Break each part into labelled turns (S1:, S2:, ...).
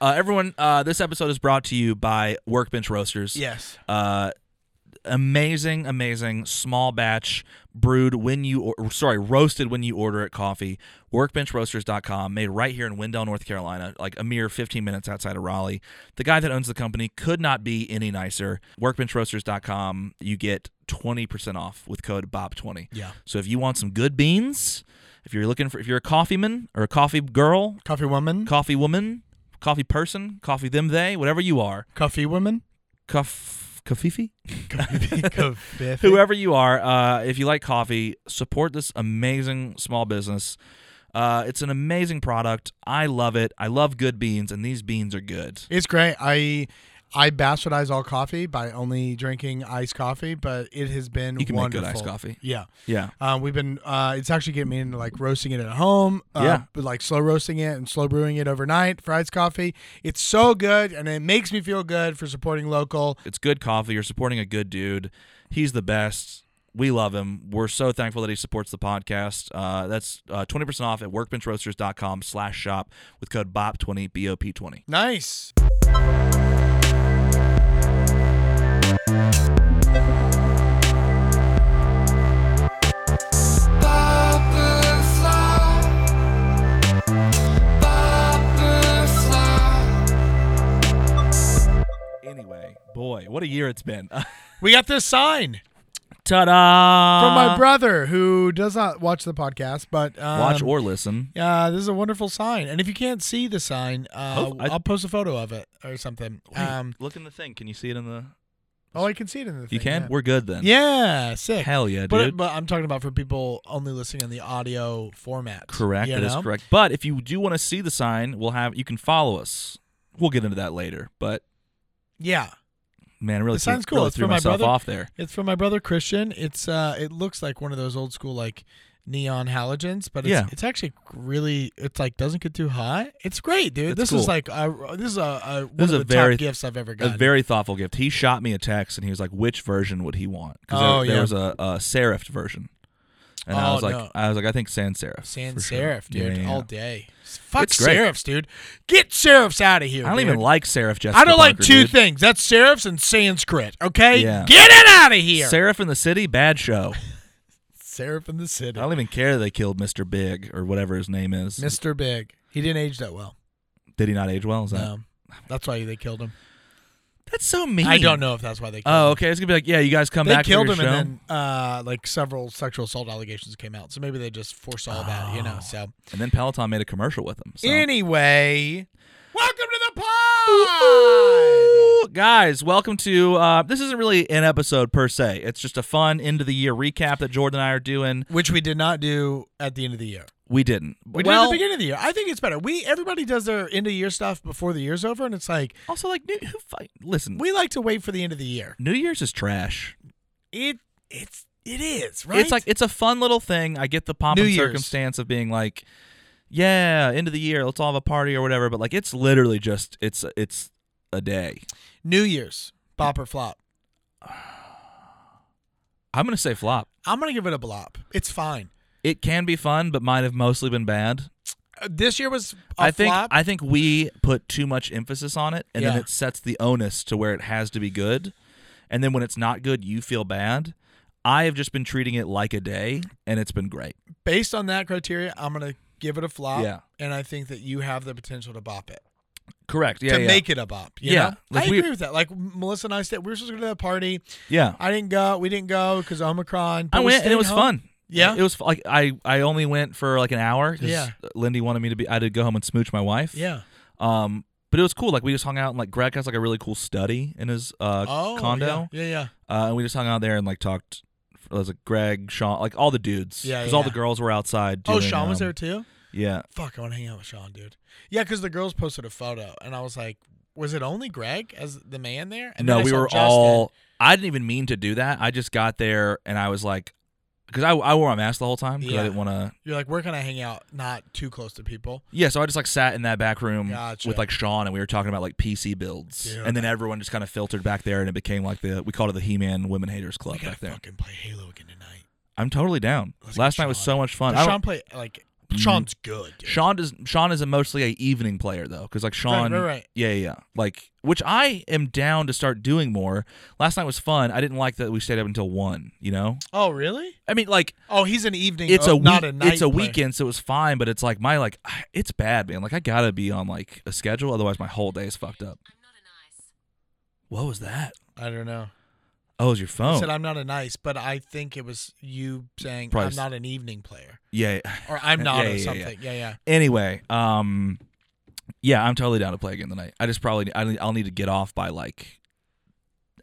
S1: Uh, everyone, uh, this episode is brought to you by Workbench Roasters.
S2: Yes.
S1: Uh, amazing, amazing small batch brewed when you, or, sorry, roasted when you order at coffee. Workbenchroasters.com, made right here in Wendell, North Carolina, like a mere 15 minutes outside of Raleigh. The guy that owns the company could not be any nicer. Workbenchroasters.com, you get 20% off with code BOB20.
S2: Yeah.
S1: So if you want some good beans, if you're looking for, if you're a coffee man or a coffee girl,
S2: Coffee woman.
S1: coffee woman, coffee person, coffee them they, whatever you are,
S2: coffee woman.
S1: cuff kafifi,
S2: Coffee.
S1: whoever you are, uh, if you like coffee, support this amazing small business. Uh, it's an amazing product. I love it. I love good beans, and these beans are good.
S2: It's great. I I bastardize all coffee by only drinking iced coffee, but it has been
S1: You can make good
S2: wonderful.
S1: iced coffee.
S2: Yeah.
S1: Yeah,
S2: Uh, we've been uh, it's actually getting me into like roasting it at home. Uh,
S1: Yeah.
S2: but, like slow roasting it and slow brewing it overnight for iced coffee. It's so good and it makes me feel good for supporting local.
S1: it's good coffee. You're supporting a good dude. He's the best. We love him. We're so thankful that he supports the podcast. Uh, that's uh, 20% off at workbenchroasters.com slash shop with code BOP20, B-O-P-20.
S2: Nice.
S1: Anyway, boy, what a year it's been.
S2: We got this sign
S1: Ta-da!
S2: from my brother who does not watch the podcast, but um,
S1: Watch or listen.
S2: Yeah, this is a wonderful sign. And if you can't see the sign, uh,
S1: Oh, I-
S2: I'll post a photo of it or something. Um,
S1: Look in the thing. Can you see it in the?
S2: oh, I can see it in the.
S1: You
S2: thing,
S1: can.
S2: yeah.
S1: We're good then.
S2: Yeah, sick.
S1: Hell yeah, dude.
S2: but, but I'm talking about for people only listening in the audio format.
S1: correct.
S2: you
S1: That is
S2: know?
S1: correct. But if you do want to see the sign, we'll have. You can follow us. We'll get into that later. But
S2: Yeah,
S1: man, I really,
S2: The
S1: threw,
S2: sign's cool.
S1: really
S2: It's
S1: threw
S2: from my
S1: myself
S2: brother.
S1: off there.
S2: it's from my brother Christian. It's uh, it looks like one of those old school like neon halogens, but it's,
S1: Yeah.
S2: it's actually really it's like doesn't get too hot. It's great, dude.
S1: It's
S2: this
S1: cool.
S2: is like a, this is a, a one
S1: This
S2: of
S1: is a
S2: the
S1: very-
S2: top gifts I've ever
S1: A
S2: gotten.
S1: very thoughtful gift. He shot me a text and he was like, "Which version would he want?" Because
S2: Oh,
S1: there, there
S2: yeah.
S1: was a, a serifed version, and I
S2: Oh,
S1: was like,
S2: no.
S1: "I was like, I think sans serif."
S2: Sans
S1: for sure.
S2: serif,
S1: Yeah,
S2: dude,
S1: yeah, yeah.
S2: all day. Fuck
S1: It's great.
S2: serifs, dude. Get serifs out of here.
S1: I don't
S2: dude.
S1: even like serif. Jessica
S2: I don't like
S1: Parker,
S2: two
S1: dude.
S2: things. That's serifs and Sanskrit. Okay,
S1: Yeah.
S2: get it out of here.
S1: Serif in the city, bad show.
S2: Serif in the city.
S1: I don't even care that they killed Mr. Big or whatever his name is.
S2: Mr. Big. He didn't age that well.
S1: Did he not age well? Is that
S2: Um, that's why they killed him.
S1: that's so mean?
S2: I don't know if that's why they. killed
S1: Oh,
S2: him.
S1: okay. It's gonna be like, yeah, you guys come
S2: They
S1: back. for
S2: killed
S1: your
S2: him,
S1: show.
S2: and then uh, like several sexual assault allegations came out. So maybe they just foresaw that, you know. So
S1: And then Peloton made a commercial with him. Oh, So.
S2: anyway, welcome to the pod.
S1: Ooh, guys, welcome to. Uh, this isn't really an episode per se. It's just a fun end of the year recap that Jordan and I are doing.
S2: Which we did not do at the end of the year.
S1: We didn't.
S2: We did it at
S1: well,
S2: the beginning of the year. I think it's better. We everybody does their end of year stuff before the year's over, and it's like
S1: also like, dude, who fight? Listen,
S2: we like to wait for the end of the year.
S1: New Year's is trash.
S2: It it's it is right.
S1: It's like it's a fun little thing. I get the pomp
S2: New
S1: and
S2: Year's.
S1: circumstance of being like, yeah, end of the year, let's all have a party or whatever. But like, it's literally just it's it's a day.
S2: New Year's bop or flop.
S1: I'm gonna say flop.
S2: I'm gonna give it a blop. It's fine.
S1: It can be fun, but might have mostly been bad.
S2: Uh, This year was a
S1: I think
S2: flop.
S1: I think we put too much emphasis on it, and then
S2: Yeah.
S1: it sets the onus to where it has to be good, and then when it's not good, you feel bad. I have just been treating it like a day, and it's been great.
S2: Based on that criteria, I'm gonna give it a flop.
S1: Yeah.
S2: And I think that you have the potential to bop it.
S1: Correct. Yeah.
S2: to
S1: yeah.
S2: make it a bop. you
S1: Yeah.
S2: know?
S1: Like,
S2: I
S1: we-
S2: agree with that. Like Melissa and I said, we were supposed to go to that party.
S1: yeah.
S2: I didn't go. We didn't go because Omicron. but
S1: I
S2: we
S1: went and
S2: stayed
S1: it was
S2: home.
S1: fun.
S2: Yeah?
S1: It was f- like I I only went for like an hour because
S2: Yeah.
S1: Lindy wanted me to be. I had to go home and smooch my wife.
S2: Yeah.
S1: Um. But it was cool. Like we just hung out and like Greg has like a really cool study in his uh
S2: Oh,
S1: condo.
S2: Yeah. Yeah. yeah.
S1: Uh, and we just hung out there and like talked. It was like Greg, Sean, like all the dudes.
S2: Yeah,
S1: Because
S2: yeah,
S1: all the
S2: yeah.
S1: girls were outside. Doing,
S2: Oh, Sean was
S1: um,
S2: there too.
S1: Yeah.
S2: Fuck, I want to hang out with Sean, dude. Yeah, because the girls posted a photo, and I was like, was it only Greg as the man there? And
S1: no,
S2: then I
S1: we
S2: saw
S1: were
S2: Justin.
S1: all. I didn't even mean to do that. I just got there and I was like, because I, I wore my mask the whole time because I
S2: Yeah.
S1: didn't want to.
S2: You're like, where can I hang out? Not too close to people.
S1: Yeah, so I just like sat in that back room
S2: Gotcha.
S1: with like Sean and we were talking about like PC builds,
S2: Dude.
S1: and then everyone just kind of filtered back there and it became like the we called it the He Man Women Haters
S2: We
S1: Club
S2: gotta
S1: back there.
S2: fucking play Halo again tonight.
S1: I'm totally down.
S2: Let's
S1: Last
S2: get
S1: night was
S2: Sean.
S1: so much fun.
S2: Does
S1: I don't- Mm-hmm.
S2: Sean play like Sean's good. dude.
S1: Sean is Sean is a mostly a evening player though, because like Sean,
S2: right, right.
S1: yeah, yeah, yeah, like which I am down to start doing more. Last night was fun. I didn't like that we stayed up until one. You know,
S2: Oh, really?
S1: I mean, like
S2: Oh, he's an evening.
S1: it's
S2: oh,
S1: a
S2: not
S1: week,
S2: a night.
S1: it's a
S2: player.
S1: weekend, so it's fine. But it's like my like it's bad, man. Like I gotta be on like a schedule, otherwise my whole day is fucked up. What was that?
S2: I don't know.
S1: Oh, it was your
S2: I
S1: phone?
S2: said I'm not a nice, but I think it was you saying
S1: Price.
S2: I'm not an evening player
S1: yeah.
S2: or I'm
S1: Yeah,
S2: not or
S1: yeah, yeah.
S2: something. Yeah, yeah.
S1: Anyway, um, yeah, I'm totally down to play again tonight. I just probably I need- I'll need to get off by like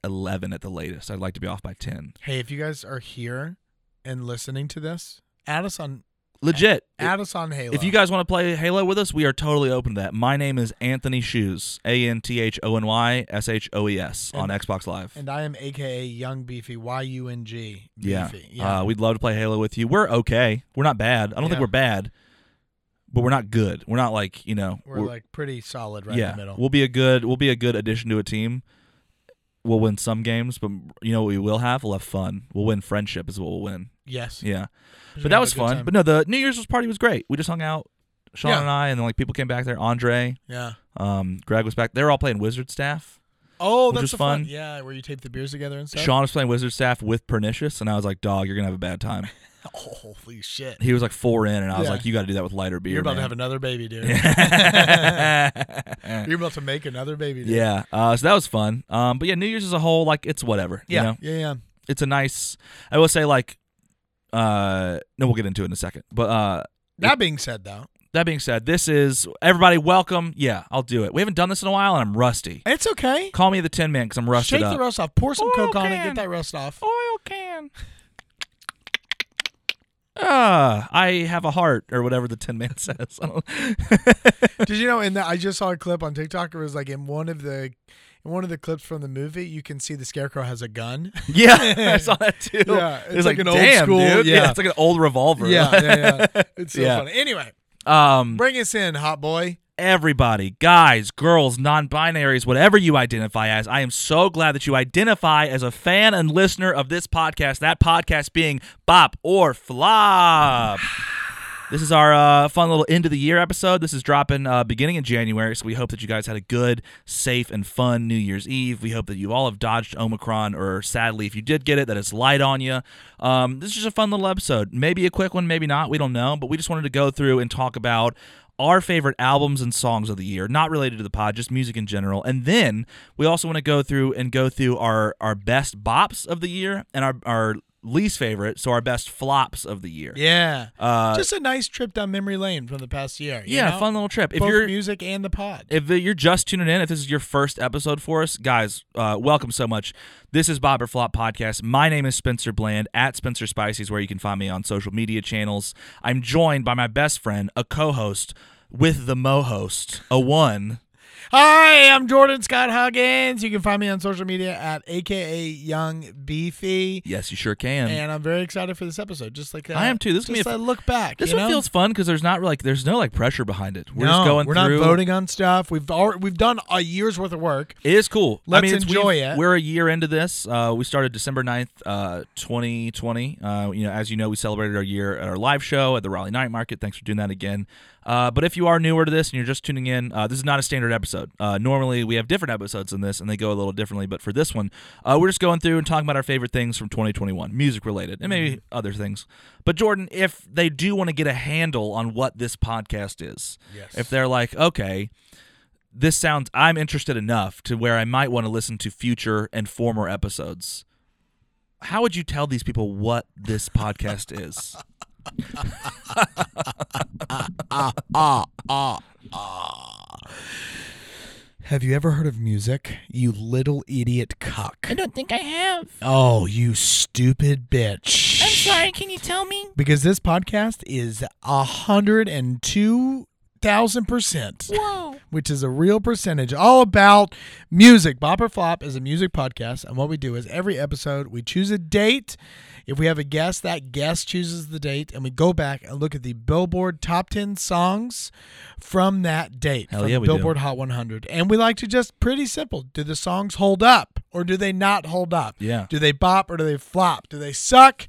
S1: eleven at the latest. I'd like to be off by ten.
S2: Hey, if you guys are here and listening to this, add us on
S1: Legit.
S2: add us on Halo.
S1: If you guys want to play Halo with us, we are totally open to that. My name is Anthony Shoes, A N T H O N Y S H O E S on Xbox Live.
S2: and I am AKA Young Beefy Y U N G
S1: Yeah.
S2: Beefy. Yeah.
S1: Uh, we'd love to play Halo with you. We're okay. We're not bad. I don't
S2: Yeah.
S1: think we're bad, but we're not good. We're not like, you know,
S2: we're, like pretty solid right
S1: yeah,
S2: in the middle.
S1: we'll be a good we'll be a good addition to a team. We'll win some games, but you know what we will have? We'll have fun. We'll win friendship is what we'll win.
S2: yes.
S1: Yeah.
S2: Just
S1: But
S2: gonna
S1: that
S2: have
S1: was
S2: a good
S1: fun.
S2: time.
S1: But no, the New Year's party was great. We just hung out, Sean
S2: Yeah.
S1: and I, and then like people came back there. Andre,
S2: yeah.
S1: um, Greg was back. They were all playing Wizard Staff.
S2: Oh,
S1: Which
S2: that's
S1: was
S2: the fun.
S1: fun.
S2: Yeah, where you tape the beers together and stuff.
S1: Sean was playing Wizard Staff with Pernicious, and I was like, "Dog, you're gonna have a bad time."
S2: Holy shit.
S1: He was like four in, and I was
S2: Yeah.
S1: like, "You got to do that with lighter beer."
S2: You're about to
S1: man."
S2: have another baby, dude.
S1: yeah.
S2: You're about to make another baby. Dude.
S1: Uh, so that was fun. Um, but yeah, New Year's as a whole, like it's whatever. you
S2: Yeah.
S1: know?
S2: Yeah. Yeah.
S1: it's a nice. I will say, like, uh, no, we'll get into it in a second. But uh,
S2: That being said, though,
S1: that being said, this is everybody welcome. Yeah, I'll do it. We haven't done this in a while, and I'm rusty.
S2: it's okay.
S1: Call me the Tin Man because I'm rusted
S2: Shake
S1: up.
S2: the rust off. Pour some
S1: Oh,
S2: coke on it.
S1: can.
S2: Get that rust off.
S1: Oil can. Ah, I have a heart, or whatever the Tin Man says. I don't-
S2: Did you know? In that, I just saw a clip on TikTok. It was like in one of the, in one of the clips from the movie, you can see the scarecrow has a gun.
S1: Yeah, I saw that too.
S2: Yeah,
S1: It
S2: it's
S1: was
S2: like an old
S1: "Damn,
S2: school-
S1: Dude.
S2: yeah.
S1: it's like an old revolver.
S2: yeah, yeah, yeah. It's so
S1: Yeah.
S2: funny. Anyway,
S1: um,
S2: bring us in, hot boy.
S1: everybody, guys, girls, non-binaries, whatever you identify as, I am so glad that you identify as a fan and listener of this podcast. That podcast being Bop or Flop. This is our uh, fun little end of the year episode. This is dropping uh, beginning in January, so we hope that you guys had a good, safe, and fun New Year's Eve. We hope that you all have dodged Omicron, or sadly, if you did get it, that it's light on you. Um, this is just a fun little episode. Maybe a quick one, maybe not. We don't know, but we just wanted to go through and talk about our favorite albums and songs of the year, not related to the pod, just music in general. And then we also want to go through and go through our our best bops of the year and our our least favorite, so our best flops of the year.
S2: Yeah.
S1: Uh,
S2: just a nice trip down memory lane from the past year. you
S1: yeah,
S2: know?
S1: fun little trip. If
S2: Both
S1: you're
S2: music and the pod.
S1: if you're just tuning in, if this is your first episode for us, guys, uh, welcome so much. This is Bob or Flop Podcast. My name is Spencer Bland at Spencer Spicy is where you can find me on social media channels. I'm joined by my best friend, a co-host with the mo host, a one.
S2: Hi, I'm Jordan Scott Huggins. You can find me on social media at AKA Young Beefy.
S1: Yes, you sure can.
S2: And I'm very excited for this episode. Just like that.
S1: I am too. This is
S2: just
S1: gonna be a
S2: a look back.
S1: this
S2: you
S1: one
S2: know?
S1: feels fun because there's not like there's no like pressure behind it. We're just
S2: No,
S1: going
S2: We're
S1: through.
S2: not voting on stuff. We've already, we've done a year's worth of work.
S1: It is cool. I
S2: Let's
S1: mean, it's,
S2: enjoy
S1: we've-
S2: it.
S1: We're a year into this. Uh, we started December 9th, uh, 2020. Uh, you know, as you know, we celebrated our year at our live show at the Raleigh Night Market. Thanks for doing that again. Uh, but if you are newer to this and you're just tuning in, uh, this is not a standard episode. Uh, normally, we have different episodes than this, and they go a little differently. But for this one, uh, we're just going through and talking about our favorite things from 2021, music related, and maybe
S2: Mm-hmm.
S1: other things. But Jordan, if they do want to get a handle on what this podcast is,
S2: Yes.
S1: if they're like, okay, this sounds I'm interested enough to where I might want to listen to future and former episodes. How would you tell these people what this podcast is?
S2: Have you ever heard of music? You little idiot cuck.
S3: don't think I have.
S2: Oh, you stupid bitch.
S3: I'm sorry, can you tell me?
S2: Because this podcast is 102,000%.
S3: Whoa.
S2: which is a real percentage, all about music. Bop or Flop is a music podcast, and what we do is every episode we choose a date. If we have a guest, that guest chooses the date, and we go back and look at the Billboard top 10 songs from that date,
S1: Hell
S2: from
S1: yeah,
S2: the
S1: we do.
S2: Billboard Hot 100. And we like to just pretty simple do the songs hold up or do they not hold up?
S1: Yeah.
S2: Do they bop or do they flop? Do they suck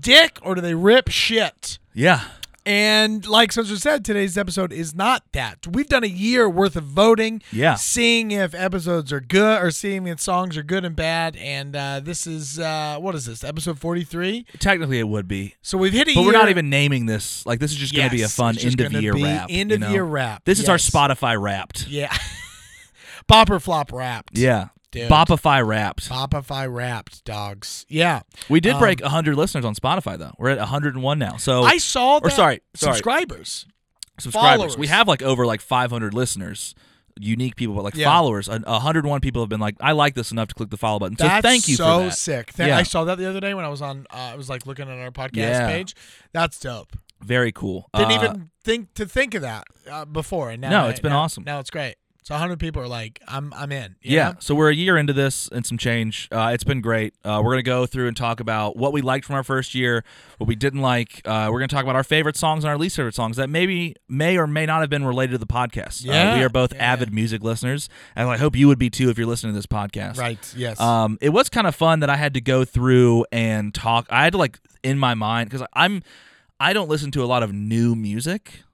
S2: dick or do they rip shit?
S1: Yeah.
S2: And like Spencer said, today's episode is not that. We've done a year worth of voting,
S1: Yeah.
S2: seeing if episodes are good or seeing if songs are good and bad. And uh, this is uh, what is this episode forty three?
S1: Technically, it would be,
S2: So we've hit a
S1: but
S2: year.
S1: we're not even naming this. Like this is just going to be a
S2: Yes,
S1: fun
S2: it's just
S1: end of
S2: gonna
S1: year
S2: be
S1: wrap.
S2: End
S1: you
S2: of
S1: know?
S2: year wrap.
S1: This is our
S2: Yes.
S1: Spotify wrapped.
S2: Yeah, bop or flop wrapped.
S1: Yeah,
S2: Dude.
S1: Bopify wrapped.
S2: Popify wrapped dogs. Yeah,
S1: We did
S2: Um,
S1: break 100 listeners on Spotify though. We're at 101 now. So
S2: I saw.
S1: Oh, or
S2: that
S1: sorry, sorry.
S2: subscribers.
S1: subscribers.
S2: followers.
S1: We have like over like 500 listeners, unique people, but like
S2: Yeah.
S1: followers. And 101 people have been like, I like this enough to click the follow button. So
S2: That's
S1: thank you
S2: so
S1: for that.
S2: sick. Tha-
S1: Yeah.
S2: I saw that the other day when I was on. Uh, I was like looking at our podcast
S1: Yeah.
S2: page. That's dope.
S1: Very cool.
S2: Didn't
S1: Uh,
S2: even think to think of that uh, before. And now
S1: No,
S2: I-
S1: it's been
S2: now-
S1: awesome.
S2: Now it's great. So 100 people are like, I'm I'm in. you
S1: Yeah.
S2: know?
S1: So we're a year into this and some change. Uh, it's been great. Uh, we're going to go through and talk about what we liked from our first year, what we didn't like. Uh, we're going to talk about our favorite songs and our least favorite songs that maybe may or may not have been related to the podcast. Uh,
S2: Yeah.
S1: we are both
S2: Yeah,
S1: avid
S2: yeah.
S1: music listeners, and I hope you would be too if you're listening to this podcast.
S2: Right. Yes.
S1: Um, it was kind of fun that I had to go through and talk. I had to like in my mind because I'm I don't listen to a lot of new music.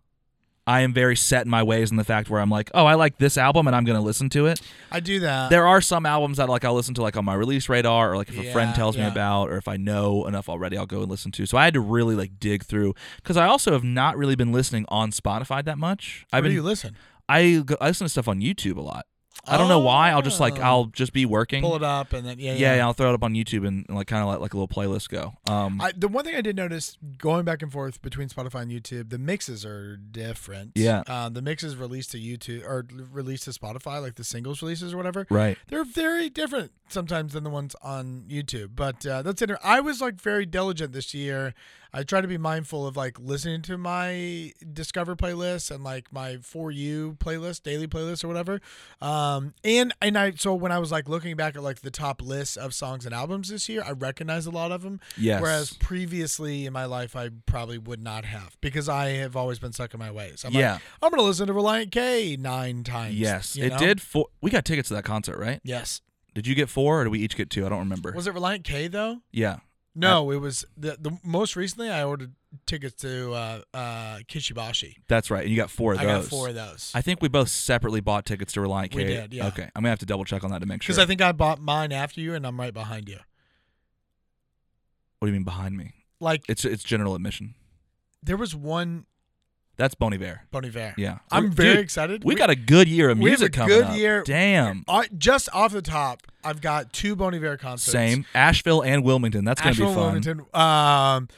S1: I am very set in my ways in the fact where I'm like, oh, I like this album and I'm going to listen to it.
S2: I do that.
S1: There are some albums that like I'll listen to like on my release radar or like if a friend
S2: Yeah,
S1: tells me
S2: yeah.
S1: about or if I know enough already, I'll go and listen to. So I had to really like dig through because I also have not really been listening on Spotify that much.
S2: Where
S1: I've been
S2: do you listen?
S1: I, go, I listen to stuff on YouTube a lot. I don't know why. I'll just like
S2: Oh.
S1: I'll just be working
S2: pull it up and then yeah
S1: yeah, yeah, I'll throw it up on YouTube and, and, like kind of let like a little playlist go. Um,
S2: I, the one thing I did notice going back and forth between Spotify and YouTube, the mixes are different.
S1: Yeah.
S2: Uh, the mixes released to YouTube or released to Spotify, like the singles releases or whatever.
S1: right.
S2: They're very different sometimes than the ones on YouTube, but uh, that's it. I was like very diligent this year. I try to be mindful of like listening to my Discover playlist and like my For You playlist, daily playlist or whatever. Um, and and I so when I was like looking back at like the top lists of songs and albums this year, I recognized a lot of them.
S1: Yes.
S2: Whereas previously in my life, I probably would not have because I have always been stuck in my ways. I'm
S1: Yeah.
S2: like, I'm gonna listen to Reliant K nine times.
S1: yes,
S2: you
S1: it
S2: know?
S1: did. Four. We got tickets to that concert, right?
S2: Yes.
S1: Did you get four, or did we each get two? I don't remember.
S2: Was it Reliant K though?
S1: yeah.
S2: No, it was the, the most recently I ordered tickets to uh, uh, Kishibashi.
S1: That's right. And you got four of
S2: I
S1: those.
S2: got four of those
S1: I think we both separately bought tickets to Reliant K.
S2: We did, yeah.
S1: Okay. I'm gonna have to double check on that to make sure.
S2: because I think I bought mine after you, and I'm right behind you.
S1: what do you mean behind me?
S2: Like
S1: It's it's general admission.
S2: there was one
S1: That's Bon Iver.
S2: Bon Iver.
S1: Yeah.
S2: I'm
S1: Dude,
S2: very excited.
S1: We, got a good year of
S2: we have a
S1: music coming
S2: good
S1: up.
S2: year.
S1: Damn.
S2: I- just off the top. I've got two Bon Iver concerts.
S1: Same. Asheville and Wilmington. That's gonna
S2: Asheville,
S1: be fun.
S2: Wilmington. Um,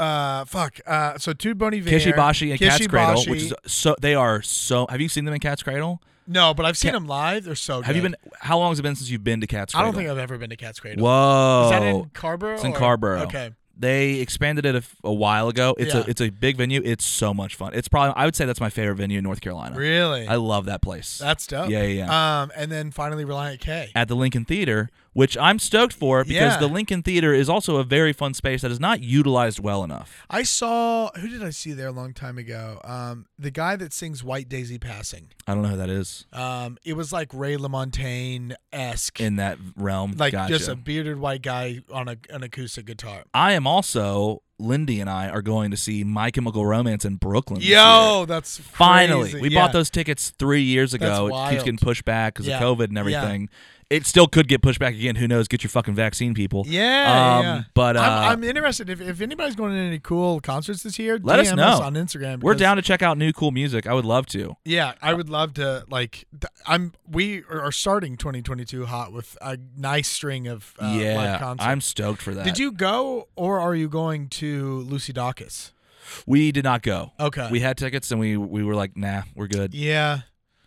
S2: uh, fuck. Uh, so two Bon Iver.
S1: Kishibashi and Cat's Cradle,
S2: Kishibashi.
S1: which is so they are so. Have you seen them in Cat's Cradle?
S2: no, but I've seen
S1: Ca-
S2: them live. They're so.
S1: Have you
S2: good.
S1: been? How long has it been since you've been to Cat's
S2: I
S1: Cradle?
S2: don't think I've ever been to Cat's Cradle.
S1: Whoa!
S2: Is that in Carborough?
S1: it's in
S2: or-
S1: Carborough.
S2: Okay.
S1: they expanded it a, f- a while ago. It's
S2: Yeah.
S1: a it's a big venue. It's so much fun. It's probably I would say that's my favorite venue in North Carolina.
S2: Really?
S1: I love that place.
S2: That's dope.
S1: Yeah, yeah,
S2: Um, and then finally Reliant K.
S1: at the Lincoln Theater, which I'm stoked for because
S2: Yeah.
S1: the Lincoln Theater is also a very fun space that is not utilized well enough.
S2: I saw who did I see there a long time ago? Um, the guy that sings White Daisy Passing.
S1: I don't know who that is
S2: Um, it was like Ray LaMontagne esque,
S1: in that realm.
S2: like
S1: gotcha.
S2: just a bearded white guy on a, an acoustic guitar.
S1: I am also Lindy and I are going to see My Chemical Romance in Brooklyn. this year.
S2: Yo, that's
S1: Finally,
S2: crazy.
S1: we
S2: Yeah.
S1: bought those tickets three years ago.
S2: That's
S1: It keeps
S2: wild.
S1: getting pushed back because
S2: Yeah.
S1: of COVID and
S2: Yeah.
S1: everything. It still could get pushed back again. Who knows? Get your fucking vaccine, people.
S2: Yeah,
S1: Um,
S2: yeah.
S1: But uh,
S2: I'm, I'm interested if, if anybody's going to any cool concerts this year.
S1: Let us
S2: DM
S1: know.
S2: on Instagram.
S1: we're
S2: because-
S1: down to check out new cool music. I would love to.
S2: Yeah, I would love to like. Th- I'm we are are starting 2022 hot with a nice string of uh, live
S1: yeah,
S2: concerts.
S1: I'm stoked for that.
S2: Did you go or are you going to Lucy Dacus?
S1: We did not go.
S2: Okay.
S1: We had tickets and we we were like, nah, we're good.
S2: Uh. yeah.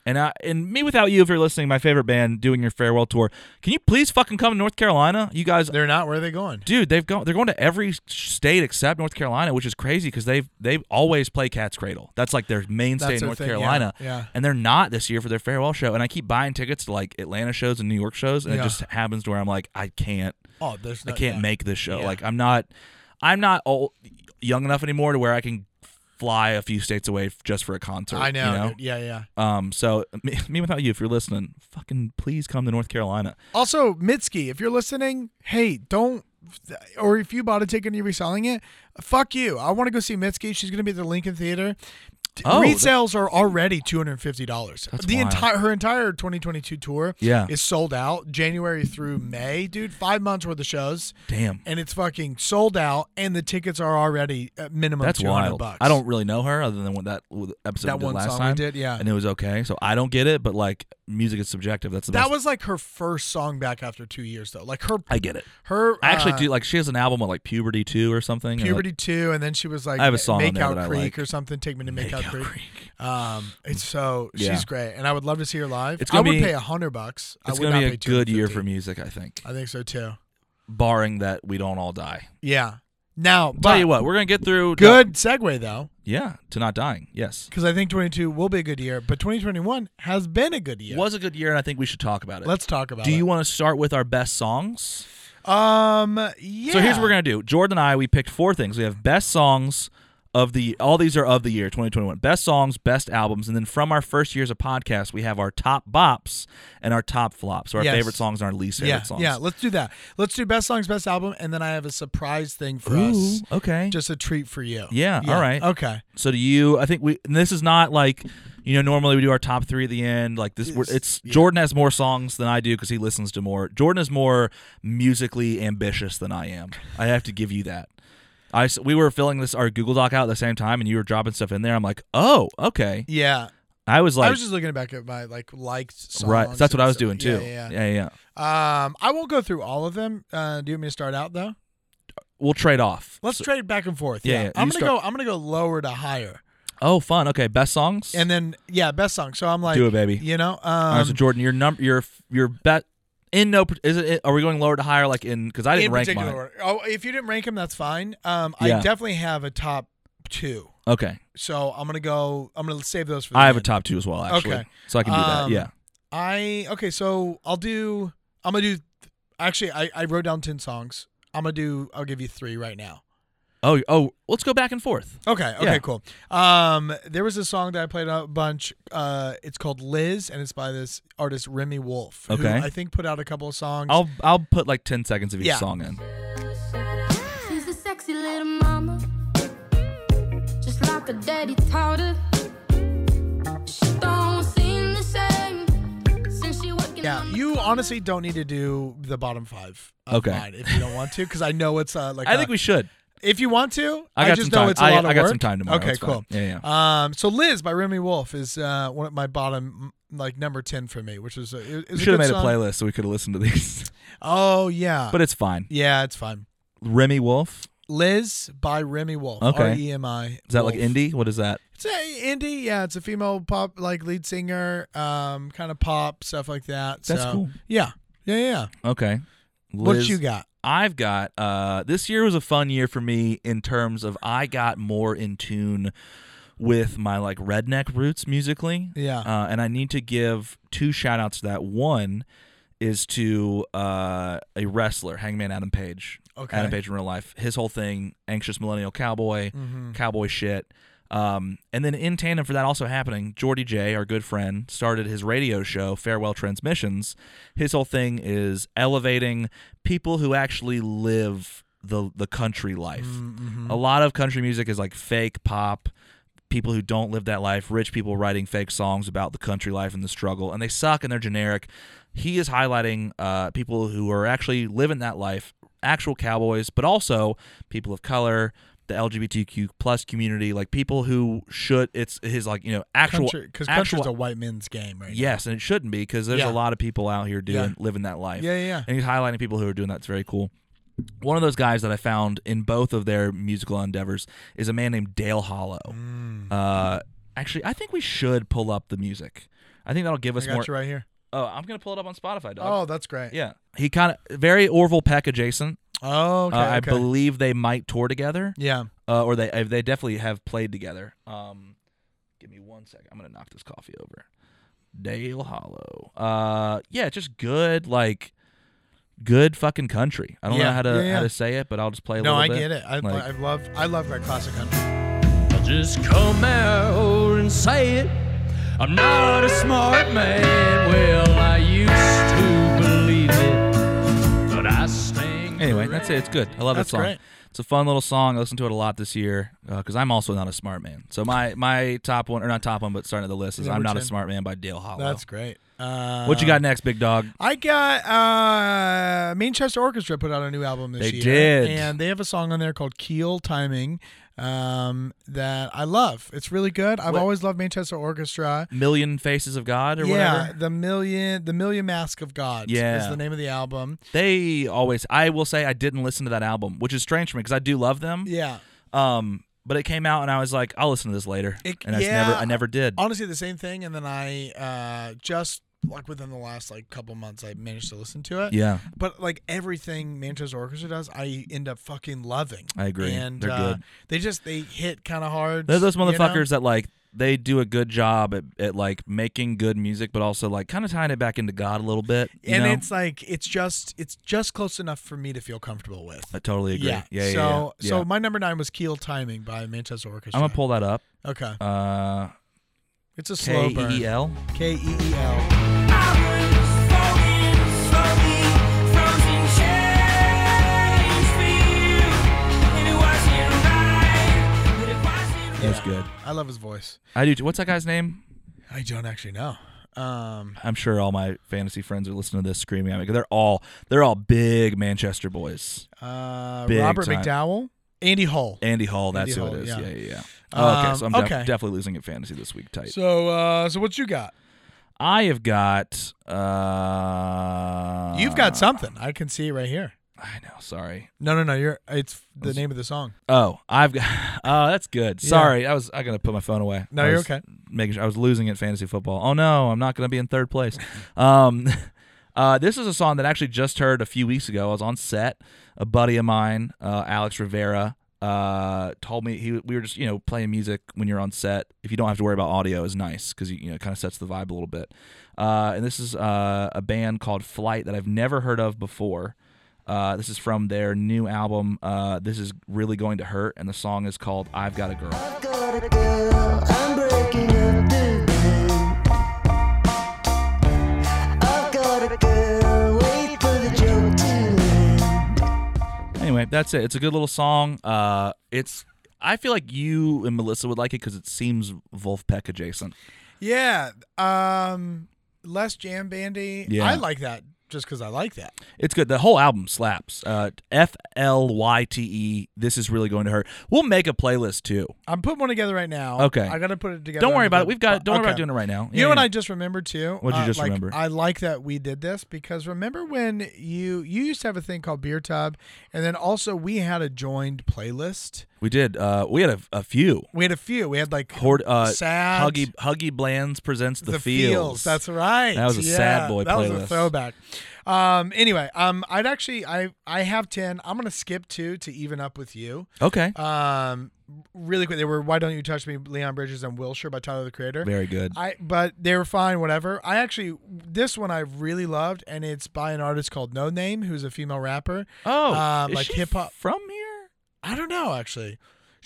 S1: And I and me without you, if you're listening, my favorite band doing your farewell tour. Can you please fucking come to North Carolina? You guys
S2: They're not. Where are they going?
S1: dude they've gone they're going to every state except north carolina which is crazy because they've they always play cat's cradle that's like their mainstay
S2: That's
S1: in
S2: their
S1: north
S2: thing, yeah,
S1: carolina
S2: yeah.
S1: and they're not this year for their farewell show and i keep buying tickets to like atlanta shows and new york shows and
S2: Yeah.
S1: it just happens to where i'm like i can't
S2: Oh, there's
S1: i
S2: not.
S1: can't
S2: yeah.
S1: make this show
S2: Yeah.
S1: like i'm not i'm not old young enough anymore to where i can fly a few states away f- just for a concert
S2: I know.
S1: you know?
S2: dude. Yeah, yeah.
S1: um so me, me without you if you're listening fucking please come to north carolina
S2: Also, Mitski, if you're listening, hey, don't or if you bought a ticket and you're reselling it, fuck you. I want to go see Mitski. She's going to be at the Lincoln Theater. T-
S1: Oh, that-
S2: Resales are already two hundred and fifty dollars.
S1: That's
S2: The
S1: wild.
S2: entire her entire twenty twenty two tour
S1: Yeah.
S2: is sold out January through May, dude. Five months worth of shows,
S1: Damn.
S2: and it's fucking sold out. And the tickets are already at minimum
S1: That's
S2: two hundred
S1: wild.
S2: bucks.
S1: I don't really know her other than what that w- episode
S2: that
S1: we did
S2: one
S1: last
S2: song
S1: time.
S2: we did, yeah.
S1: And it was okay. So I don't get it, but like music is subjective. That's the
S2: That
S1: best.
S2: was like her first song back after two years though. Like her
S1: I get it.
S2: her
S1: I actually
S2: uh,
S1: do like she has an album with like Puberty 2 or something. or, like,
S2: Puberty Two, and then she was like
S1: I have a song on there
S2: Makeout
S1: that I
S2: Creek
S1: like.
S2: or something. Take me to Makeout,
S1: Make Out
S2: Creek.
S1: Creek.
S2: Um, it's so
S1: Yeah.
S2: she's great, and I would love to see her live.
S1: It's
S2: I
S1: gonna
S2: would
S1: be-
S2: pay a hundred bucks. I
S1: It's
S2: would
S1: going to
S2: not
S1: be
S2: pay
S1: a good year
S2: 250.
S1: for music, I think,
S2: I think so too.
S1: barring that we don't all die.
S2: Yeah. Now, but
S1: Tell you what, we're going to get through.
S2: good segue though,
S1: yeah, to not dying. Yes.
S2: because I think 22 will be a good year, but 2021 has been a good year.
S1: Was a good year, and I think we should talk about it.
S2: Let's talk about
S1: do
S2: it.
S1: you want to start with our best songs?
S2: Um. Yeah.
S1: So here's what we're gonna do. Jordan and I, we picked four things. We have best songs of the all these are of the year 2021. Best songs, best albums, and then from our first years of podcast, we have our top bops and our top flops. So our
S2: Yes.
S1: favorite songs and our least favorite
S2: Yeah.
S1: songs.
S2: Yeah. Let's do that. Let's do best songs, best album, and then I have a surprise thing for
S1: Ooh,
S2: us.
S1: okay.
S2: Just a treat for you.
S1: Yeah, all right.
S2: Okay.
S1: so do you? I think we. And this is not like you know. Normally we do our top three at the end. Like this, we're,
S2: It's-
S1: it's
S2: yeah.
S1: Jordan has more songs than I do because he listens to more. Jordan is more musically ambitious than I am. I have to give you that. I s- we were filling this our Google Doc out at the same time, and you were dropping stuff in there. I'm like, oh, okay.
S2: Yeah.
S1: I was like,
S2: I was just looking back at my like liked songs.
S1: right. That's what
S2: and
S1: I was
S2: stuff.
S1: doing too.
S2: Yeah, yeah, yeah.
S1: yeah. yeah.
S2: Um, I won't go through all of them. Uh, do you want me to start out though?
S1: We'll trade off.
S2: Let's
S1: So-
S2: trade back and forth.
S1: Yeah,
S2: Yeah,
S1: yeah. You
S2: I'm gonna
S1: start-
S2: go. I'm gonna go lower to higher,
S1: oh, fun. Okay, best songs.
S2: and then yeah, best song. So I'm like,
S1: do it, baby.
S2: you know,
S1: All right,
S2: um,
S1: so Jordan, your number, your your bet in no. Is it? Are we going lower to higher? Like in because I didn't
S2: in
S1: rank
S2: particular
S1: mine.
S2: order. Oh, if you didn't rank them, that's fine. Um,
S1: Yeah.
S2: I definitely have a top two.
S1: Okay,
S2: So I'm gonna go. I'm gonna save those for. The
S1: I have a
S2: end.
S1: top two as well. Actually,
S2: Okay.
S1: so I can do that.
S2: Um,
S1: Yeah.
S2: I okay. So I'll do. I'm gonna do. Actually, I I wrote down ten songs. I'm gonna do. I'll give you three right now.
S1: Oh, oh, let's go back and forth.
S2: Okay. Okay.
S1: Yeah.
S2: Cool. Um, there was a song that I played a bunch. Uh, it's called Liz, and it's by this artist Remy Wolf, who
S1: Okay.
S2: I think put out a couple of songs.
S1: I'll I'll put like ten seconds of each
S2: Yeah.
S1: song in.
S4: She's a sexy little mama, just like her daddy taught her. She don't seem the same since she working
S2: yeah,
S4: on the
S2: you
S4: corner.
S2: honestly don't need to do the bottom five. Of
S1: Okay.
S2: mine if you don't want to, because I know it's uh, like
S1: I
S2: a-
S1: think we should.
S2: If you want to,
S1: I got
S2: just
S1: some
S2: know
S1: time.
S2: it's a
S1: I-
S2: lot of
S1: I got
S2: work.
S1: some time tomorrow.
S2: Okay,
S1: It's fine.
S2: cool.
S1: Yeah,
S2: Um, so Liz by Remy Wolf is uh one of my bottom like number ten for me, which is a, it,
S1: We
S2: it's
S1: should have
S2: good
S1: made
S2: song.
S1: a playlist so we could have listened to these,
S2: Oh yeah,
S1: but it's fine.
S2: yeah, it's fine.
S1: Remy Wolf.
S2: Liz by Remy Wolf.
S1: Okay.
S2: R E M I.
S1: Is that like indie? What is that?
S2: It's a indie, yeah. It's a female pop, like lead singer, um, kind of pop stuff like that.
S1: That's
S2: so,
S1: cool.
S2: Yeah, yeah, yeah.
S1: Okay.
S2: What
S1: Liz-
S2: you got?
S1: I've got uh this year was a fun year for me in terms of I got more in tune with my like redneck roots musically.
S2: Yeah.
S1: Uh, and I need to give two shout outs to that. One is to uh, a wrestler, Hangman Adam Page.
S2: Okay.
S1: Adam Page in real life. His whole thing, anxious millennial cowboy,
S2: Mm-hmm.
S1: cowboy shit. Um, and then in tandem for that also happening, Jordy J, our good friend, started his radio show, Farewell Transmissions. His whole thing is elevating people who actually live the the country life.
S2: Mm. Mm-hmm.
S1: A lot of country music is like fake pop, people who don't live that life, rich people writing fake songs about the country life and the struggle, and they suck and they're generic. He is highlighting uh, people who are actually living that life, actual cowboys, but also people of color, the LGBTQ plus community, like people who should. It's his like you know actual
S2: Country, because
S1: actual
S2: country's a white men's game, right?
S1: yes, and it shouldn't be because there's
S2: Yeah.
S1: a lot of people out here doing
S2: Yeah.
S1: living that life.
S2: Yeah, yeah, yeah.
S1: And he's highlighting people who are doing that. It's very cool. One of those guys that I found in both of their musical endeavors is a man named Dale Hollow.
S2: Mm.
S1: Uh, actually, I think we should pull up the music. I think that'll give
S2: Now. I
S1: us
S2: got
S1: more.
S2: you right here.
S1: Oh, I'm gonna pull it up on Spotify, dog.
S2: Oh, that's great.
S1: yeah. He kind of very Orville Peck adjacent.
S2: Oh, okay.
S1: Uh, I
S2: okay.
S1: believe they might tour together,
S2: Yeah.
S1: uh, or they uh, they definitely have played together. Um, give me one second. I'm gonna knock this coffee over. Dale Hollow. Uh, yeah, just good like. Good fucking country. I don't know
S2: Yeah,
S1: how to
S2: yeah, yeah.
S1: how to say it, but I'll just play a
S2: No,
S1: little
S2: I
S1: bit.
S2: get it. I,
S1: Like-
S2: I love, I love my classic country.
S5: Just come out and say it. I'm not a smart man. Well, I used to believe it, but I stand.
S1: Anyway, that's say it's good. I love
S2: That's
S1: that song.
S2: great.
S1: It's a fun little song. I listened to it a lot this year because I'm also not a smart man. So my my top one or not top one, but starting at the list is
S2: Number
S1: "I'm Not
S2: 10.
S1: a Smart Man" by Dale Hollow.
S2: That's great. Uh,
S1: what you got next, big dog?
S2: I got uh, Manchester Orchestra put out a new album this
S1: They
S2: year.
S1: did.
S2: and they have a song on there called "Keel Timing" um, that I love. It's really good. I've
S1: What-
S2: always loved Manchester Orchestra.
S1: Million Faces of God or
S2: yeah,
S1: whatever.
S2: the million, the million mask of God. is
S1: Yeah.
S2: the name of the album.
S1: They always. I will say I didn't listen to that album, which is strange for me because I do love them.
S2: Yeah,
S1: Um, but it came out and I was like, I'll listen to this later,
S2: It-
S1: and I just
S2: yeah.
S1: never I never did.
S2: honestly, the same thing. And then I uh, just like within the last like couple months, I managed to listen to it.
S1: yeah,
S2: But like everything Manchester Orchestra does, I end up fucking loving.
S1: I agree.
S2: And
S1: They're
S2: uh,
S1: good.
S2: they just they hit kind of hard.
S1: They're those
S2: you know?
S1: motherfuckers that like they do a good job at, at like making good music, but also like kind of tying it back into God a little bit. You
S2: and
S1: know?
S2: it's like it's just it's just close enough for me to feel comfortable with.
S1: I totally agree. Yeah, yeah, yeah.
S2: so
S1: yeah.
S2: so
S1: Yeah.
S2: my number nine was Keel Timing by Manchester
S1: I'm
S2: Orchestra.
S1: gonna pull that up.
S2: Okay,
S1: Uh,
S2: it's a
S1: K
S2: slow
S1: E E
S2: burn.
S1: L.
S2: K E E L.
S1: That's good.
S2: I love his voice.
S1: I do. Too. What's that guy's name?
S2: I don't actually know. Um,
S1: I'm sure all my fantasy friends are listening to this screaming at me. 'cause They're all they're all big Manchester boys.
S2: uh,
S1: Big
S2: Robert
S1: time.
S2: McDowell, Andy Hall.
S1: Andy Hall. That's
S2: Andy
S1: who
S2: Hall,
S1: it is.
S2: yeah.
S1: Yeah, yeah, yeah. Oh, okay,
S2: Um,
S1: so I'm def-
S2: okay.
S1: definitely losing at fantasy this week. Tight.
S2: So uh, so what you got?
S1: I have got. uh
S2: You've got something. I can see it right here.
S1: I know. Sorry.
S2: No, no, no. You're. It's the name of the song.
S1: Oh, I've got. Oh, that's good.
S2: Yeah.
S1: Sorry, I was. I gotta put my phone away.
S2: No,
S1: I
S2: you're
S1: was
S2: okay.
S1: Making sure I was losing at fantasy football. Oh no, I'm not gonna be in third place. um, uh, this is a song that I actually just heard a few weeks ago. I was on set. A buddy of mine, uh, Alex Rivera, uh, told me he we were just you know playing music when you're on set. If you don't have to worry about audio, is nice because you know it kind of sets the vibe a little bit. Uh, and this is uh, a band called Flight that I've never heard of before. Uh, this is from their new album. Uh, this is really going to hurt, and the song is called "I've Got a Girl."
S6: Got a girl, I'm breaking up the band. I've got a girl, wait for the joke to land.
S1: Anyway, that's it. It's a good little song. Uh, it's I feel like you and Melissa would like it because it seems Wolfpack adjacent.
S2: Yeah. Um, less jam bandy.
S1: Yeah.
S2: I like that just because I like that.
S1: It's good. The whole album slaps. Uh, F L Y T E. This is really going to hurt. We'll make a playlist too.
S2: I'm putting one together right now.
S1: Okay.
S2: I gotta put it together.
S1: Don't worry
S2: under
S1: about
S2: the-
S1: it. We've got. Don't worry
S2: Okay.
S1: about doing it right now.
S2: You know what I just remembered too? Uh,
S1: What'd you just
S2: like,
S1: remember?
S2: I like that we did this because remember when you you used to have a thing called Beer Tub, and then also we had a joined playlist.
S1: We did. Uh, we had a, a few.
S2: We had a few. We had like
S1: Horde, uh,
S2: Sad.
S1: Huggy Huggy Bland's presents the, feels.
S2: That's right.
S1: That was a
S2: Yeah,
S1: sad boy
S2: That was a
S1: playlist.
S2: throwback. Um. Anyway, um, I'd actually I I have ten. I'm gonna skip two to even up with you.
S1: okay.
S2: Um, really quick, they were "Why Don't You Touch Me," Leon Bridges and Wilshire by Tyler the Creator.
S1: Very good.
S2: I but they were fine, whatever. I actually this one I really loved, and it's by an artist called No Name, who's a female rapper.
S1: Oh,
S2: um,
S1: is
S2: like
S1: she
S2: hip hop.
S1: from here.
S2: I don't know actually.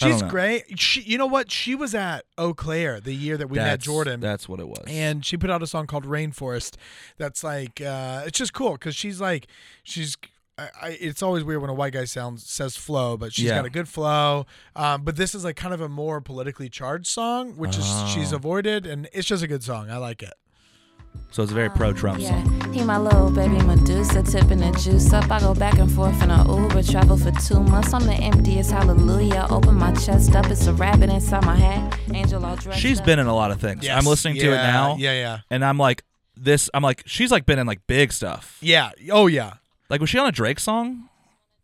S1: I don't
S2: She's
S1: know.
S2: great. She, you know what? She was at Eau Claire the year that we met Jordan.
S1: That's what it was.
S2: and she put out a song called Rainforest. That's like uh, it's just cool because she's like she's. I, I, it's always weird when a white guy sounds says flow, but she's
S1: Yeah.
S2: got a good flow. Um, but this is like kind of a more politically charged song, which is
S1: Oh.
S2: she's avoided, and it's just a good song. I like it.
S1: so it's a very pro Trump
S7: Yeah,
S1: song.
S7: he my little baby Medusa, tipping the juice up. I go back and forth in a Uber, travel for two months. I'm the emptiest, hallelujah. Open my chest up, it's a rabbit inside my hat. Angel all dressed
S1: She's
S7: up.
S1: been in a lot of things.
S2: Yes.
S1: I'm listening to it
S2: Yeah,
S1: now.
S2: Yeah, yeah,
S1: And I'm like, this. I'm like, she's like been in like big stuff.
S2: yeah. Oh yeah.
S1: Like, was she on a Drake song?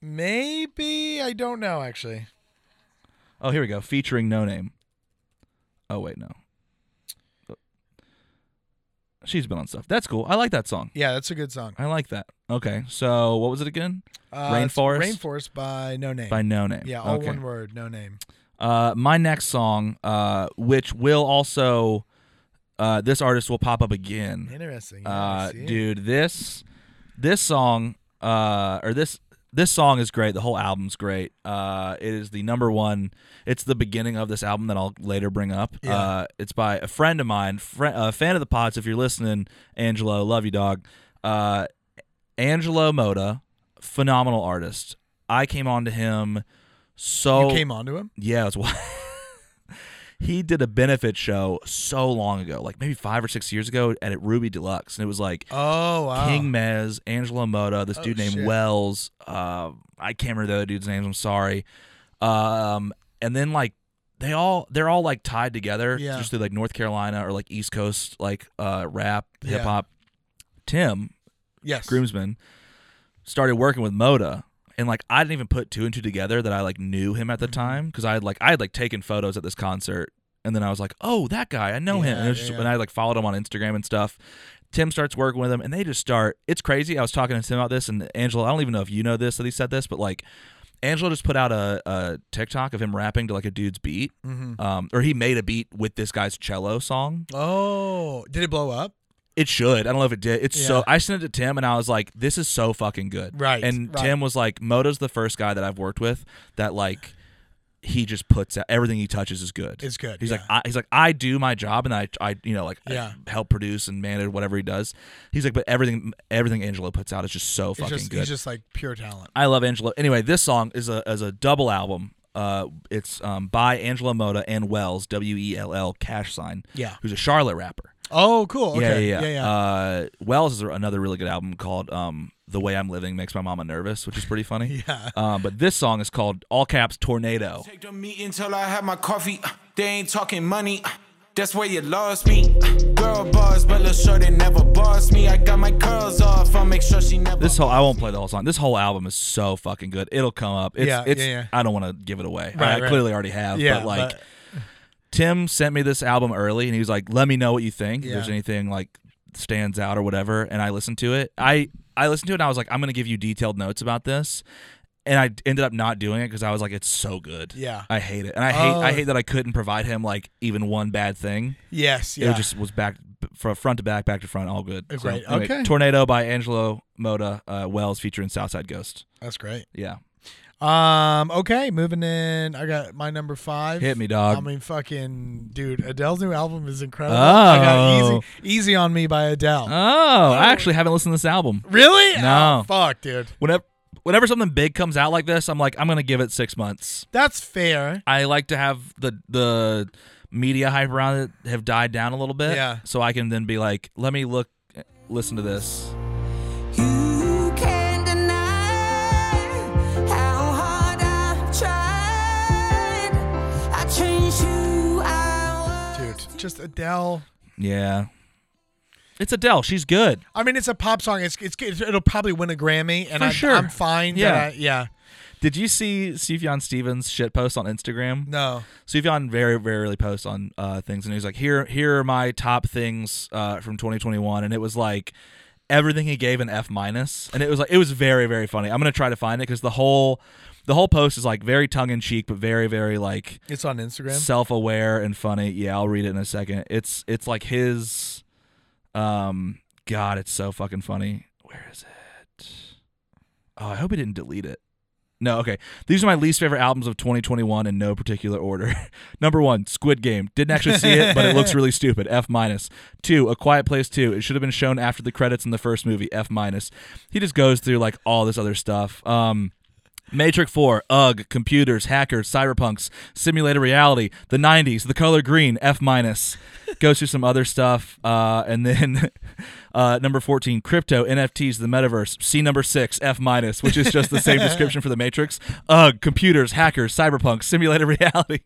S2: Maybe I don't know actually.
S1: Oh, here we go. Featuring No Name. Oh wait, no. She's been on stuff. That's cool. I like that song.
S2: Yeah, that's a good song.
S1: I like that. Okay, so what was it again?
S2: Uh, it's
S1: Rainforest?
S2: Rainforest by No Name.
S1: By No Name.
S2: yeah, all
S1: E. okay.
S2: one word. No Name.
S1: Uh, my next song, uh, which will also, uh, this artist will pop up again.
S2: Interesting. Yeah, I
S1: Uh,
S2: see.
S1: dude, this this song uh, or this this song is great. The whole album's great. Uh, it is the number one. It's the beginning of this album that I'll later bring up.
S2: Yeah.
S1: Uh, it's by a friend of mine, fr- a fan of the pods. If you're listening, Angelo, love you, dog. Uh, Angelo Moda, phenomenal artist. I came on to him
S2: You
S1: so
S2: came onto him.
S1: yeah, it's why he did a benefit show so long ago, like maybe five or six years ago at, at Ruby Deluxe, and it was like
S2: Oh wow.
S1: King Mez, Angela Moda, this
S2: Oh,
S1: dude named
S2: shit.
S1: Wells. Uh, I can't remember the other dude's names. I'm sorry. Um, and then like they all they're all like tied together
S2: Yeah.
S1: just through like North Carolina or like East Coast like uh, rap
S2: Yeah.
S1: hip hop. Tim
S2: Yes.
S1: groomsman started working with Moda and like I didn't even put two and two together that I like knew him
S2: Mm-hmm.
S1: at the time because I had like I had like taken photos at this concert and then I was like oh that guy I know him
S2: Yeah,
S1: and, it was
S2: yeah,
S1: just,
S2: yeah.
S1: and I like followed him on Instagram and stuff. Tim starts working with him and they just start it's crazy I was talking to Tim about this and Angela I don't even know if you know this that he said this but like Angela just put out a, a TikTok of him rapping to like a dude's beat
S2: Mm-hmm.
S1: um, or he made a beat with this guy's cello song
S2: Oh, did it blow up?
S1: it should. I don't know if it did. It's
S2: Yeah.
S1: so. I sent it to Tim, and I was like, "This is so fucking good."
S2: Right,
S1: And
S2: right.
S1: Tim was like, "Moto's the first guy that I've worked with that like he just puts out everything he touches is good.
S2: It's good,
S1: He's
S2: yeah.
S1: like, I, he's like, I do my job, and I, I, you know, like, I
S2: Yeah.
S1: help produce and manage whatever he does. He's like, but everything, everything Angelo puts out is just so
S2: It's
S1: fucking
S2: just
S1: good.
S2: he's just like pure talent.
S1: I love Angelo. Anyway, this song is a is a double album. Uh, it's um, by Angela Moda and Wells, W E L L Cash Sign.
S2: Yeah.
S1: Who's a Charlotte rapper.
S2: Oh, cool.
S1: Yeah,
S2: Okay.
S1: yeah, yeah. Uh, Wells is another really good album called um, "The Way I'm Living Makes My Mama Nervous," which is pretty funny.
S2: Yeah.
S1: Um, but this song is called all caps "Tornado."
S8: Take the meat until I have my coffee. Uh, They ain't talking money. Uh, That's where you lost me. Uh, Girl bars, but little short they never boss me. I got my curls off. I'll make sure she never.
S1: This whole I won't play the whole song. This whole album is so fucking good. It'll come up. It's,
S2: Yeah,
S1: it's,
S2: yeah, yeah.
S1: I don't want to give it away.
S2: Right,
S1: I
S2: right.
S1: clearly already have.
S2: Yeah,
S1: but like,
S2: but-
S1: Tim sent me this album early, and he was like, "Let me know what you think. If
S2: Yeah.
S1: there's anything like stands out or whatever." And I listened to it. I I listened to it. and I was like, "I'm gonna give you detailed notes about this." And I ended up not doing it because I was like, "It's so good."
S2: Yeah.
S1: I hate it, and I hate I
S2: Oh.
S1: hate that I couldn't provide him like even one bad thing.
S2: Yes. Yeah.
S1: It just was back from front to back, back to front, all good.
S2: Oh, great. Okay.
S1: Tornado by Angelo Moda uh, Wells featuring Southside Ghost.
S2: That's great.
S1: Yeah,
S2: Um. Okay. Moving in. I got my number five.
S1: Hit me, dog.
S2: I mean, fucking dude. Adele's new album is incredible. I got
S1: Oh.
S2: easy, easy on me by Adele.
S1: Oh, I actually haven't listened to this album.
S2: really?
S1: No.
S2: Oh, fuck, dude.
S1: Whenever whenever something big comes out like this, I'm like, I'm gonna give it six months.
S2: That's fair.
S1: I like to have the the media hype around it have died down a little bit.
S2: Yeah.
S1: So I can then be like, let me look, listen to this.
S6: You can't deny how hard I've tried. I changed who I was.
S2: Dude, just Adele.
S1: Yeah. It's Adele. She's good.
S2: I mean, it's a pop song. It's it's good. it'll probably win a Grammy, and
S1: For
S2: I'm,
S1: sure.
S2: I'm fine.
S1: Yeah.
S2: that I- yeah.
S1: Did you see Sufjan Stevens shitpost on Instagram?
S2: No.
S1: Sufjan very very rarely posts on uh, things, and he's like, "Here here are my top things uh, from 2021," and it was like everything he gave an F minus, and it was like it was very very funny. I'm gonna try to find it because the whole the whole post is like very tongue in cheek, but very very like
S2: It's on Instagram.
S1: self aware and funny. Yeah, I'll read it in a second. It's it's like his, um, God, it's so fucking funny. Where is it? Oh, I hope he didn't delete it. No, okay. These are my least favorite albums of 2021 in no particular order. Number one, Squid Game. Didn't actually see it, but it looks really stupid. F minus. Two, A Quiet Place Two. It should have been shown after the credits in the first movie. F minus. He just goes through like all this other stuff. Um, Matrix 4, UGG, computers, hackers, cyberpunks, simulated reality, the 90s, the color green, F minus. Goes through some other stuff. Uh, and then uh, number 14, crypto, NFTs, the metaverse. See number 6, F minus, which is just the same description for the Matrix. UGG, computers, hackers, cyberpunks, simulated reality.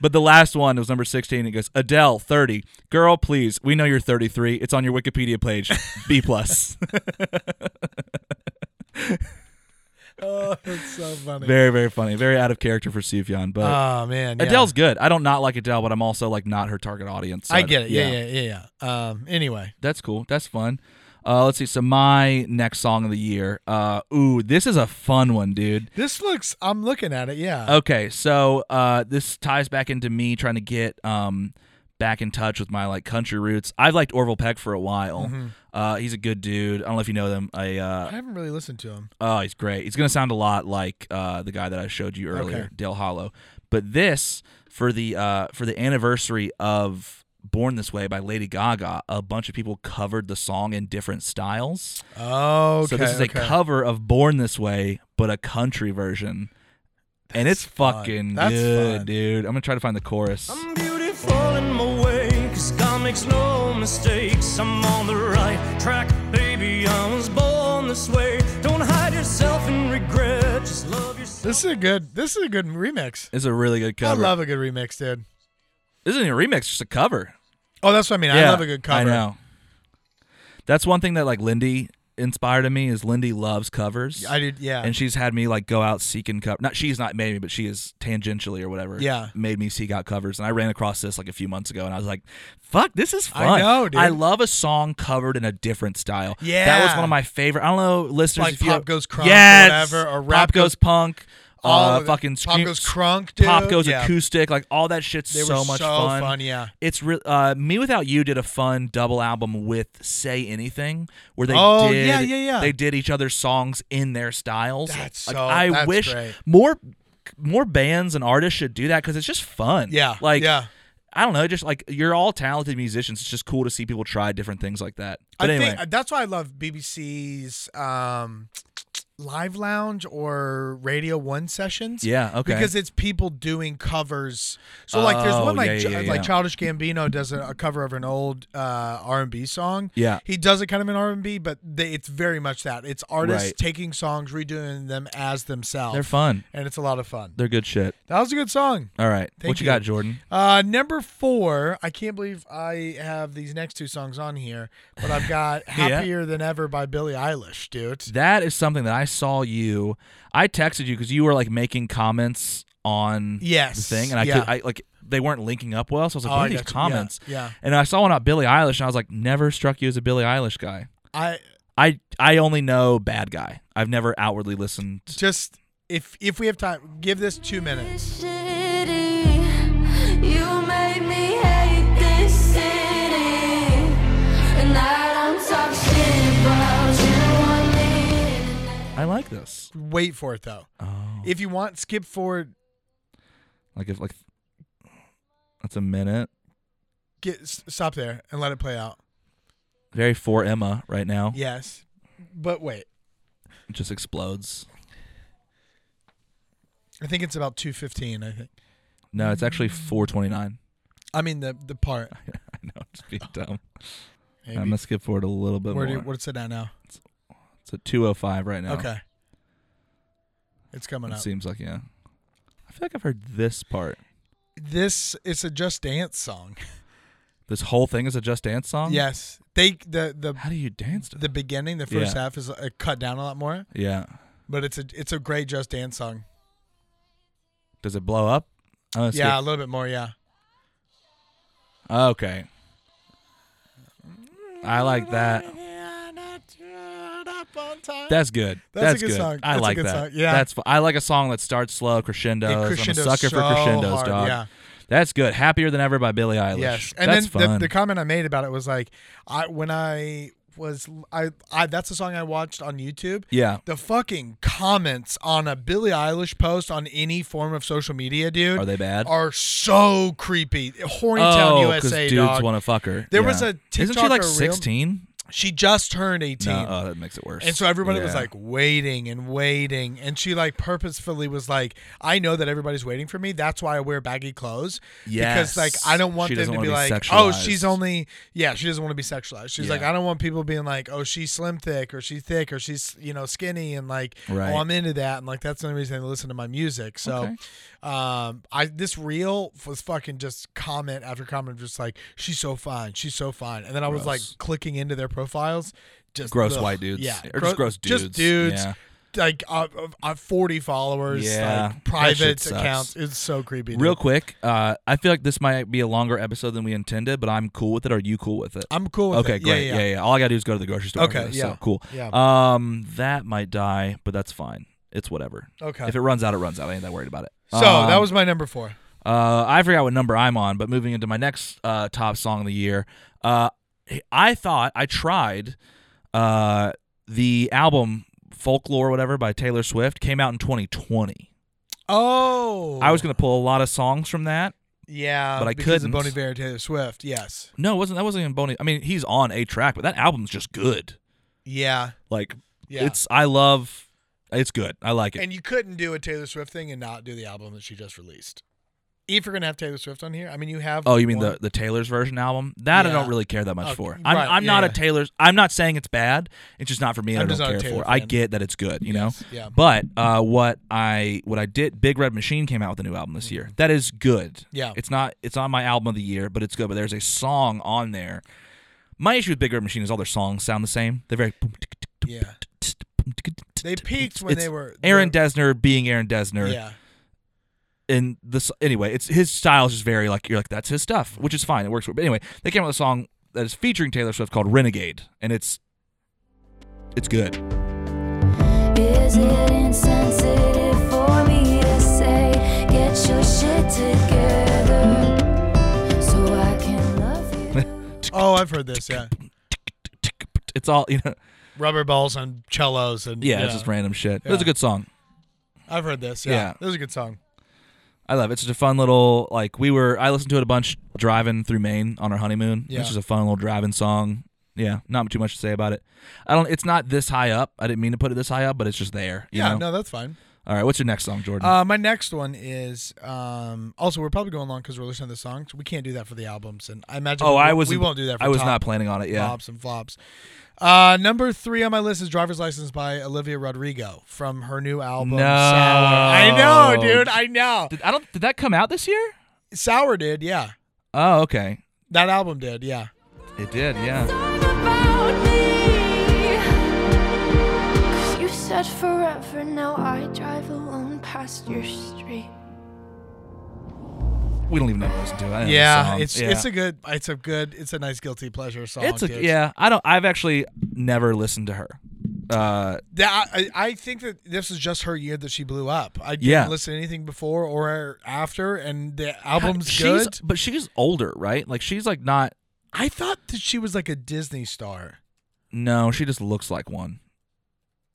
S1: But the last one was number 16. It goes, Adele, 30. Girl, please, we know you're 33. It's on your Wikipedia page. B plus.
S2: oh, it's so funny.
S1: very, very funny. Very out of character for Sufjan. But
S2: oh man, yeah.
S1: Adele's good. I don't not like Adele, but I'm also like not her target audience. so
S2: I get it. Yeah, yeah, yeah, yeah. Um. Anyway,
S1: That's cool. That's fun. Uh, let's see. So my next song of the year. Uh, ooh, this is a fun one, dude.
S2: this looks. I'm looking at it. Yeah.
S1: Okay, so uh, this ties back into me trying to get um, back in touch with my like country roots. I've liked Orville Peck for a while.
S2: Mm-hmm.
S1: Uh, he's a good dude. I don't know if you know them. I uh,
S2: I haven't really listened to him.
S1: Oh, he's great. He's going to sound a lot like uh, the guy that I showed you earlier,
S2: Okay.
S1: Dale Hollow. But this for the uh, for the anniversary of Born This Way by Lady Gaga, a bunch of people covered the song in different styles.
S2: Oh, okay.
S1: so this is
S2: okay.
S1: a cover of Born This Way but a country version. and it's
S2: fun.
S1: fucking
S2: That's
S1: good,
S2: fun.
S1: dude. I'm gonna try to find the chorus.
S5: I'm beautiful in my way, cause God makes no mistakes. I'm on the right track, baby. I was born this way. Don't hide yourself in regret, just love yourself.
S2: This is a good. This is a good remix.
S1: It's a really good cover.
S2: I love a good remix, dude.
S1: This isn't even a remix, it's just a cover.
S2: Oh, that's what I mean. I love a good cover.
S1: I know. That's one thing that like Lindy inspired in me is Lindy loves covers.
S2: I did. Yeah.
S1: and she's had me like go out seeking cover. Not she's not made me, but she is tangentially or whatever.
S2: Yeah.
S1: made me seek out covers, and I ran across this like a few months ago, and I was like, "Fuck, this is
S2: I
S1: fun."
S2: know, dude.
S1: I love a song covered in a different style. that was
S2: Yeah.
S1: one of my favorite. I don't know, listeners,
S2: Like
S1: if you
S2: Pop Goes Crunk or
S1: yes,
S2: whatever, or
S1: Pop
S2: Rap
S1: goes punk.
S2: All
S1: uh,
S2: of it.
S1: fucking
S2: Pop
S1: scream-
S2: Goes Crunk, dude.
S1: Pop goes
S2: Yeah.
S1: acoustic, like all that shit's
S2: They were
S1: so much
S2: so
S1: fun.
S2: fun, yeah.
S1: it's re- uh, me without you did a fun double album with Say Anything, where they
S2: Oh,
S1: did
S2: yeah, yeah, yeah.
S1: they did each other's songs in their styles.
S2: That's
S1: Like,
S2: so-
S1: I
S2: that's
S1: wish
S2: great.
S1: more more bands and artists should do that because it's just fun.
S2: Yeah,
S1: like
S2: yeah.
S1: I don't know, just like you're all talented musicians. It's just cool to see people try different things like that. But
S2: I
S1: anyway,
S2: think that's why I love BBC's um, Live Lounge or Radio One sessions.
S1: Yeah, okay.
S2: Because it's people doing covers. So like, there's
S1: Oh,
S2: one like
S1: yeah, yeah,
S2: Ch-
S1: yeah.
S2: like Childish Gambino does a, a cover of an old uh, R&B song.
S1: Yeah.
S2: he does it kind of in R&B, but they, it's very much that it's artists
S1: Right.
S2: taking songs, redoing them as themselves.
S1: they're fun.
S2: and it's a lot of fun.
S1: They're good shit.
S2: That was a good song.
S1: All right,
S2: Thank
S1: what you,
S2: you.
S1: got, Jordan?
S2: Uh, number four, I can't believe I have these next two songs on here, but I've got Happier Than Ever by Billie Eilish, dude.
S1: That is something that I saw you. I texted you because you were like making comments on
S2: Yes,
S1: the thing, and I
S2: yeah.
S1: could I like they weren't linking up well, so I was like,
S2: Oh,
S1: what
S2: I
S1: are these
S2: got you. Yeah,
S1: comments?
S2: yeah.
S1: And I saw one about Billie Eilish, and I was like, never struck you as a Billie Eilish guy.
S2: I
S1: I I only know bad guy. I've never outwardly listened.
S2: just, if if we have time, give this two minutes.
S4: Shitty, you made me hate this city, and I don't talk shit about you one minute.
S1: I like this.
S2: Wait for it, though.
S1: Oh,
S2: If you want, skip forward,
S1: like if like that's a minute.
S2: get s- stop there and let it play out.
S1: Very for Emma right now.
S2: Yes. But wait,
S1: It just explodes.
S2: I think it's about 2.15, I think.
S1: No, it's actually 429.
S2: I mean, the the part.
S1: I know, I'm just being dumb.
S2: Maybe.
S1: I'm gonna skip forward a little bit
S2: Where do,
S1: more.
S2: what's it at now?
S1: It's at 205 right now.
S2: Okay. It's coming
S1: It
S2: up.
S1: seems like, yeah. I feel like I've heard this part.
S2: This is a Just Dance song.
S1: This whole thing is a Just Dance song?
S2: Yes, they the the
S1: How do you dance to
S2: the
S1: that?
S2: beginning, the first
S1: Yeah.
S2: half is uh, cut down a lot more,
S1: Yeah.
S2: but it's a it's a great Just Dance song.
S1: Does it blow up? I'm gonna
S2: yeah, a
S1: skip-
S2: little bit more. Yeah,
S1: Okay. I like that. That's good.
S2: That's a good song.
S1: I
S2: That's a
S1: like
S2: good
S1: that.
S2: song. Yeah.
S1: That's fu- I like a song that starts slow, crescendos.
S2: crescendos
S1: I'm a sucker
S2: so
S1: for crescendos,
S2: hard,
S1: dog.
S2: yeah.
S1: That's good. Happier than ever by Billie Eilish.
S2: yes. And
S1: That's
S2: then
S1: fun.
S2: The, the comment I made about it was like, I when I was I I that's a song I watched on YouTube.
S1: yeah.
S2: The fucking comments on a Billie Eilish post on any form of social media, dude,
S1: Are they bad?
S2: Are so creepy. Hornytown
S1: Oh, because
S2: USA,
S1: dudes
S2: dog.
S1: want to fuck her.
S2: There
S1: Yeah.
S2: was a
S1: Isn't she
S2: TikToker
S1: like
S2: reel-
S1: 16?
S2: she just turned eighteen.
S1: No, oh, that makes it worse.
S2: And so everybody was
S1: Yeah.
S2: like waiting and waiting. And she like purposefully was like, I know that everybody's waiting for me. That's why I wear baggy clothes. Because like
S1: Yes.
S2: I don't want
S1: She
S2: them
S1: doesn't
S2: to be
S1: wanna be
S2: like, oh,
S1: sexualized."
S2: she's only, yeah, she doesn't want to be sexualized. She's like,
S1: Yeah.
S2: I don't want people being like, oh, she's slim thick or she's thick or she's, you know, skinny and like,
S1: Right.
S2: oh, I'm into that. And like, that's the only reason they listen to my music. So
S1: Okay.
S2: um, I this reel was fucking just comment after comment, just like, she's so fine. She's so fine. And then I was like
S1: Gross.
S2: clicking into their profiles. Just
S1: gross
S2: ugh,
S1: white dudes.
S2: Yeah,
S1: or just gross dudes.
S2: Just dudes.
S1: Yeah.
S2: Like uh, uh, uh, forty followers.
S1: Yeah,
S2: like,
S1: that shit
S2: private
S1: sucks.
S2: accounts. It's so creepy. Dude.
S1: Real quick, uh, I feel like this might be a longer episode than we intended, but I'm cool with it. Are you cool with it?
S2: I'm cool with
S1: okay,
S2: it. Yeah,
S1: great.
S2: yeah,
S1: yeah,
S2: yeah.
S1: All I gotta do is go to the grocery store.
S2: Okay,
S1: after this,
S2: yeah.
S1: so cool.
S2: Yeah.
S1: Um, that might die, but that's fine. It's whatever.
S2: Okay.
S1: If it runs out, it runs out. I ain't that worried about it.
S2: So
S1: Um,
S2: that was my number four.
S1: Uh, I forgot what number I'm on, but moving into my next uh, top song of the year, uh, I thought I tried uh, the album Folklore, whatever, by Taylor Swift, came out in 2020.
S2: Oh,
S1: I was gonna pull a lot of songs from that.
S2: yeah,
S1: but I
S2: because
S1: couldn't.
S2: of Bon Iver, Taylor Swift. Yes,
S1: No, it wasn't that wasn't even Boney? I mean, he's on a track, but that album's just good.
S2: yeah,
S1: Like
S2: yeah.
S1: it's I love. It's good. I like it.
S2: And you couldn't do a Taylor Swift thing and not do the album that she just released. If you're gonna have Taylor Swift on here, I mean, you have.
S1: Oh, you mean
S2: one-
S1: the, the Taylor's version album? That I
S2: Yeah.
S1: don't really care that much
S2: Okay,
S1: for.
S2: right,
S1: I'm, I'm
S2: yeah,
S1: not
S2: yeah.
S1: a Taylor's. I'm not saying it's bad. It's just not for me. and I
S2: I'm just
S1: don't
S2: not a
S1: care for.
S2: Taylor
S1: it. I
S2: fan.
S1: get that it's good, you
S2: Yes,
S1: know.
S2: yeah.
S1: But uh, what I what I did, Big Red Machine came out with a new album this year. That is good.
S2: Mm-hmm. Yeah.
S1: It's not. It's on my album of the year, but it's good. But there's a song on there. My issue with Big Red Machine is all their songs sound the same. They're very.
S2: Yeah. They peaked when
S1: It's
S2: they were
S1: Aaron
S2: they-
S1: Desner being Aaron Desner
S2: Yeah.
S1: and this anyway, it's his style is just very like you're like that's his stuff, which is fine. It works. for But anyway, they came out with a song that is featuring Taylor Swift called "Renegade," and it's it's good.
S9: Is it insensitive for me to say, get your shit together so I can love you?
S2: Oh, I've heard this. Yeah.
S1: It's all you know.
S2: Rubber balls on cellos and
S1: Yeah, it's just random shit. But It's a
S2: Yeah.
S1: good song.
S2: I've heard this. Yeah.
S1: Yeah.
S2: This is a good song.
S1: I love it. It's just a fun little like we were. I listened to it a bunch driving through Maine on our honeymoon.
S2: Yeah.
S1: It's just a fun little driving song. Yeah, not too much to say about it. I don't. It's not this high up. I didn't mean to put it this high up, but it's just there. you
S2: Yeah.
S1: know?
S2: No, that's fine.
S1: All right. What's your next song, Jordan?
S2: Uh, my next one is um, also we're probably going long because we're listening to the songs. We can't do that for the albums, and I imagine.
S1: oh,
S2: we,
S1: I
S2: won't-
S1: was.
S2: We won't do that. for
S1: I was
S2: top
S1: not planning on it. Yeah.
S2: Flops and flops. Uh, number three on my list is "Driver's License" by Olivia Rodrigo from her new album.
S1: No.
S2: Sour. I know, dude. I know.
S1: Did, I don't. Did that come out this year?
S2: Sour did, yeah.
S1: Oh, okay.
S2: That album did, yeah.
S1: It did, yeah.
S9: about me. 'Cause you said forever, now I drive alone past your street.
S1: We don't even know to listen to. it. I don't know the
S2: Yeah,
S1: song.
S2: it's it's a good, it's a good, it's a nice guilty pleasure song.
S1: it's a
S2: dude.
S1: yeah. I don't. I've actually never listened to her. Uh,
S2: That, I, I think that this is just her year that she blew up. I didn't
S1: Yeah.
S2: listen to anything before or after, and the album's
S1: she's,
S2: good.
S1: but she's older, right? Like she's like not.
S2: I thought that she was like a Disney star.
S1: No, she just looks like one.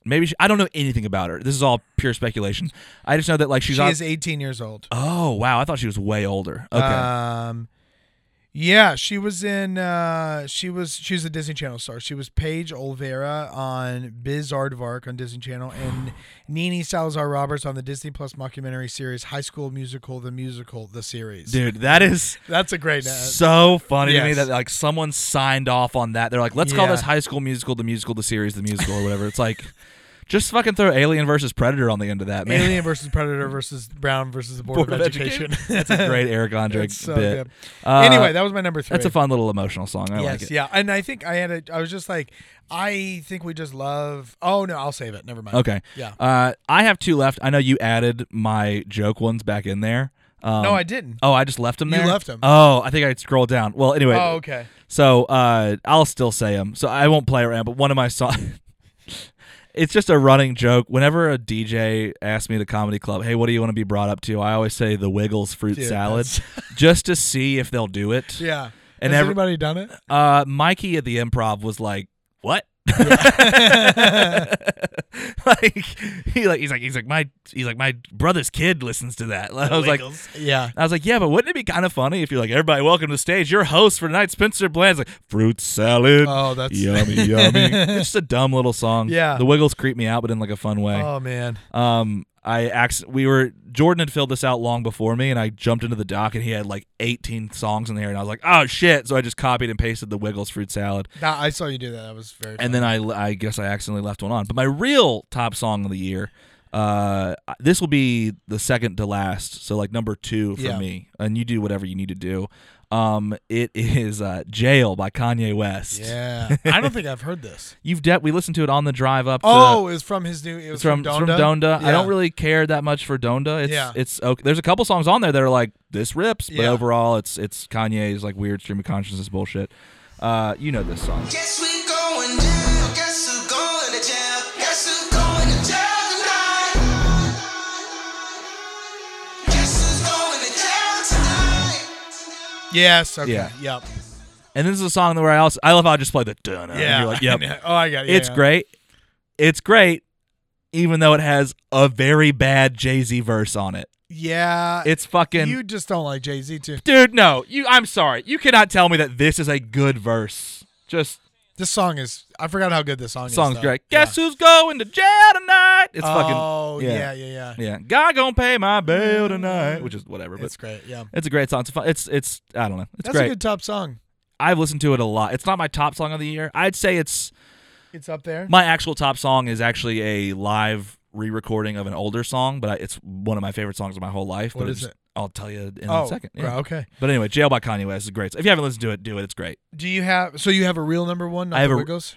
S1: Maybe she, I don't know anything about her. This is all pure speculation. I just know that like she's
S2: she
S1: on.
S2: is 18 years old.
S1: oh wow, I thought she was way older. Okay.
S2: Um, yeah, she was in. Uh, she was she was a Disney Channel star. She was Paige Olvera on Biz Aardvark on Disney Channel, and Nini Salazar Roberts on the Disney Plus mockumentary series High School Musical: The Musical: The Series.
S1: Dude, that is
S2: That's a great name.
S1: so funny to me
S2: Yes.
S1: that like someone signed off on that. They're like, let's call
S2: Yeah.
S1: this High School Musical the musical, the series, the musical, or whatever. It's like, just fucking throw Alien versus Predator on the end of that, man.
S2: Alien versus Predator versus Brown versus the Board, of, Education.
S1: That's a great Eric Andre
S2: It's so
S1: bit.
S2: good.
S1: Uh,
S2: anyway, that was my number three.
S1: that's a fun little emotional song. I
S2: yes,
S1: like it.
S2: yeah, and I think I had a. I was just like, I think we just love. Oh no, I'll save it. Never mind.
S1: Okay.
S2: Yeah.
S1: Uh, I have two left. I know you added my joke ones back in there. Um,
S2: no, I didn't.
S1: Oh, I just left them
S2: You
S1: there.
S2: left 'em.
S1: Oh, I think I scrolled down. Well, anyway.
S2: oh, okay.
S1: So uh, I'll still say them. So I won't play around. But one of my songs, it's just a running joke. Whenever a DJ asks me at a comedy club, "Hey, what do you want to be brought up to?" I always say the Wiggles fruit
S2: Dude,
S1: salad, just to see if they'll do it.
S2: Yeah.
S1: And
S2: Has
S1: every-
S2: everybody done it?
S1: Uh, Mikey at the Improv was like, "What?" like he like he's like he's like my he's like my brother's kid listens to that. I was like.
S2: Yeah.
S1: I was like, yeah, but wouldn't it be kind of funny if you're like, everybody, welcome to the stage. Your host for tonight, Spencer Bland's like, fruit salad.
S2: Oh, that's-
S1: yummy, yummy. It's just a dumb little song.
S2: Yeah.
S1: the Wiggles creep me out, but in like a fun way.
S2: Oh man.
S1: Um, I acc- we were Jordan had filled this out long before me, and I jumped into the dock, and he had like 18 songs in there, and I was like, oh shit! So I just copied and pasted the Wiggles fruit salad,
S2: That, I saw you do that. That was very.
S1: and then I I guess I accidentally left one on. But my real top song of the year. Uh, this will be the second to last, so like number two for
S2: Yeah.
S1: me, and you do whatever you need to do. Um, it is uh, "Jail" by Kanye West.
S2: Yeah. I don't think I've heard this.
S1: You've de- we listened to it on the drive up. To,
S2: Oh, it was from his new. It was
S1: It's from, it's
S2: Donda.
S1: from Donda. I don't
S2: Yeah.
S1: really care that much for Donda. It's
S2: Yeah.
S1: it's okay. There's a couple songs on there that are like this rips, but
S2: Yeah.
S1: overall it's it's Kanye's like weird stream of consciousness bullshit. Uh, you know this song.
S6: Guess we going down. Guess who going to jail? Guess who going to jail tonight? Guess who's going to jail tonight?
S2: Yes. Okay.
S1: Yeah.
S2: Yep.
S1: And this is a song where I also I love how I just play the dun.
S2: Yeah.
S1: You're like, yep.
S2: oh, I got it. Yeah,
S1: it's
S2: yeah.
S1: great. It's great, even though it has a very bad Jay Z verse on it.
S2: Yeah.
S1: It's fucking
S2: you just don't like Jay Z too.
S1: dude. No, you. I'm sorry. You cannot tell me that this is a good verse. Just
S2: This song is. I forgot how good this song is.
S1: Song's
S2: though.
S1: great.
S2: Yeah.
S1: Guess who's going to jail tonight? It's fucking.
S2: Oh yeah, yeah,
S1: yeah.
S2: yeah.
S1: Yeah, God gonna pay my bail tonight, which is whatever. But
S2: Mm. It's great. Yeah,
S1: It's a great song. It's a fun. It's it's I don't know. It's
S2: that's
S1: great.
S2: a good top song.
S1: I've listened to it a lot. It's not my top song of the year. I'd say it's
S2: It's up there.
S1: my actual top song is actually a live re-recording of an older song, but I, it's one of my favorite songs of my whole life.
S2: What
S1: but
S2: is
S1: it's-
S2: it?
S1: I'll tell you in
S2: oh,
S1: a second.
S2: right,
S1: Yeah.
S2: okay.
S1: But anyway, Jail by Kanye West is great. If you haven't listened to it, do it. It's great.
S2: Do you have? So you have a real number one? Not
S1: I have
S2: the
S1: a-
S2: Wiggles.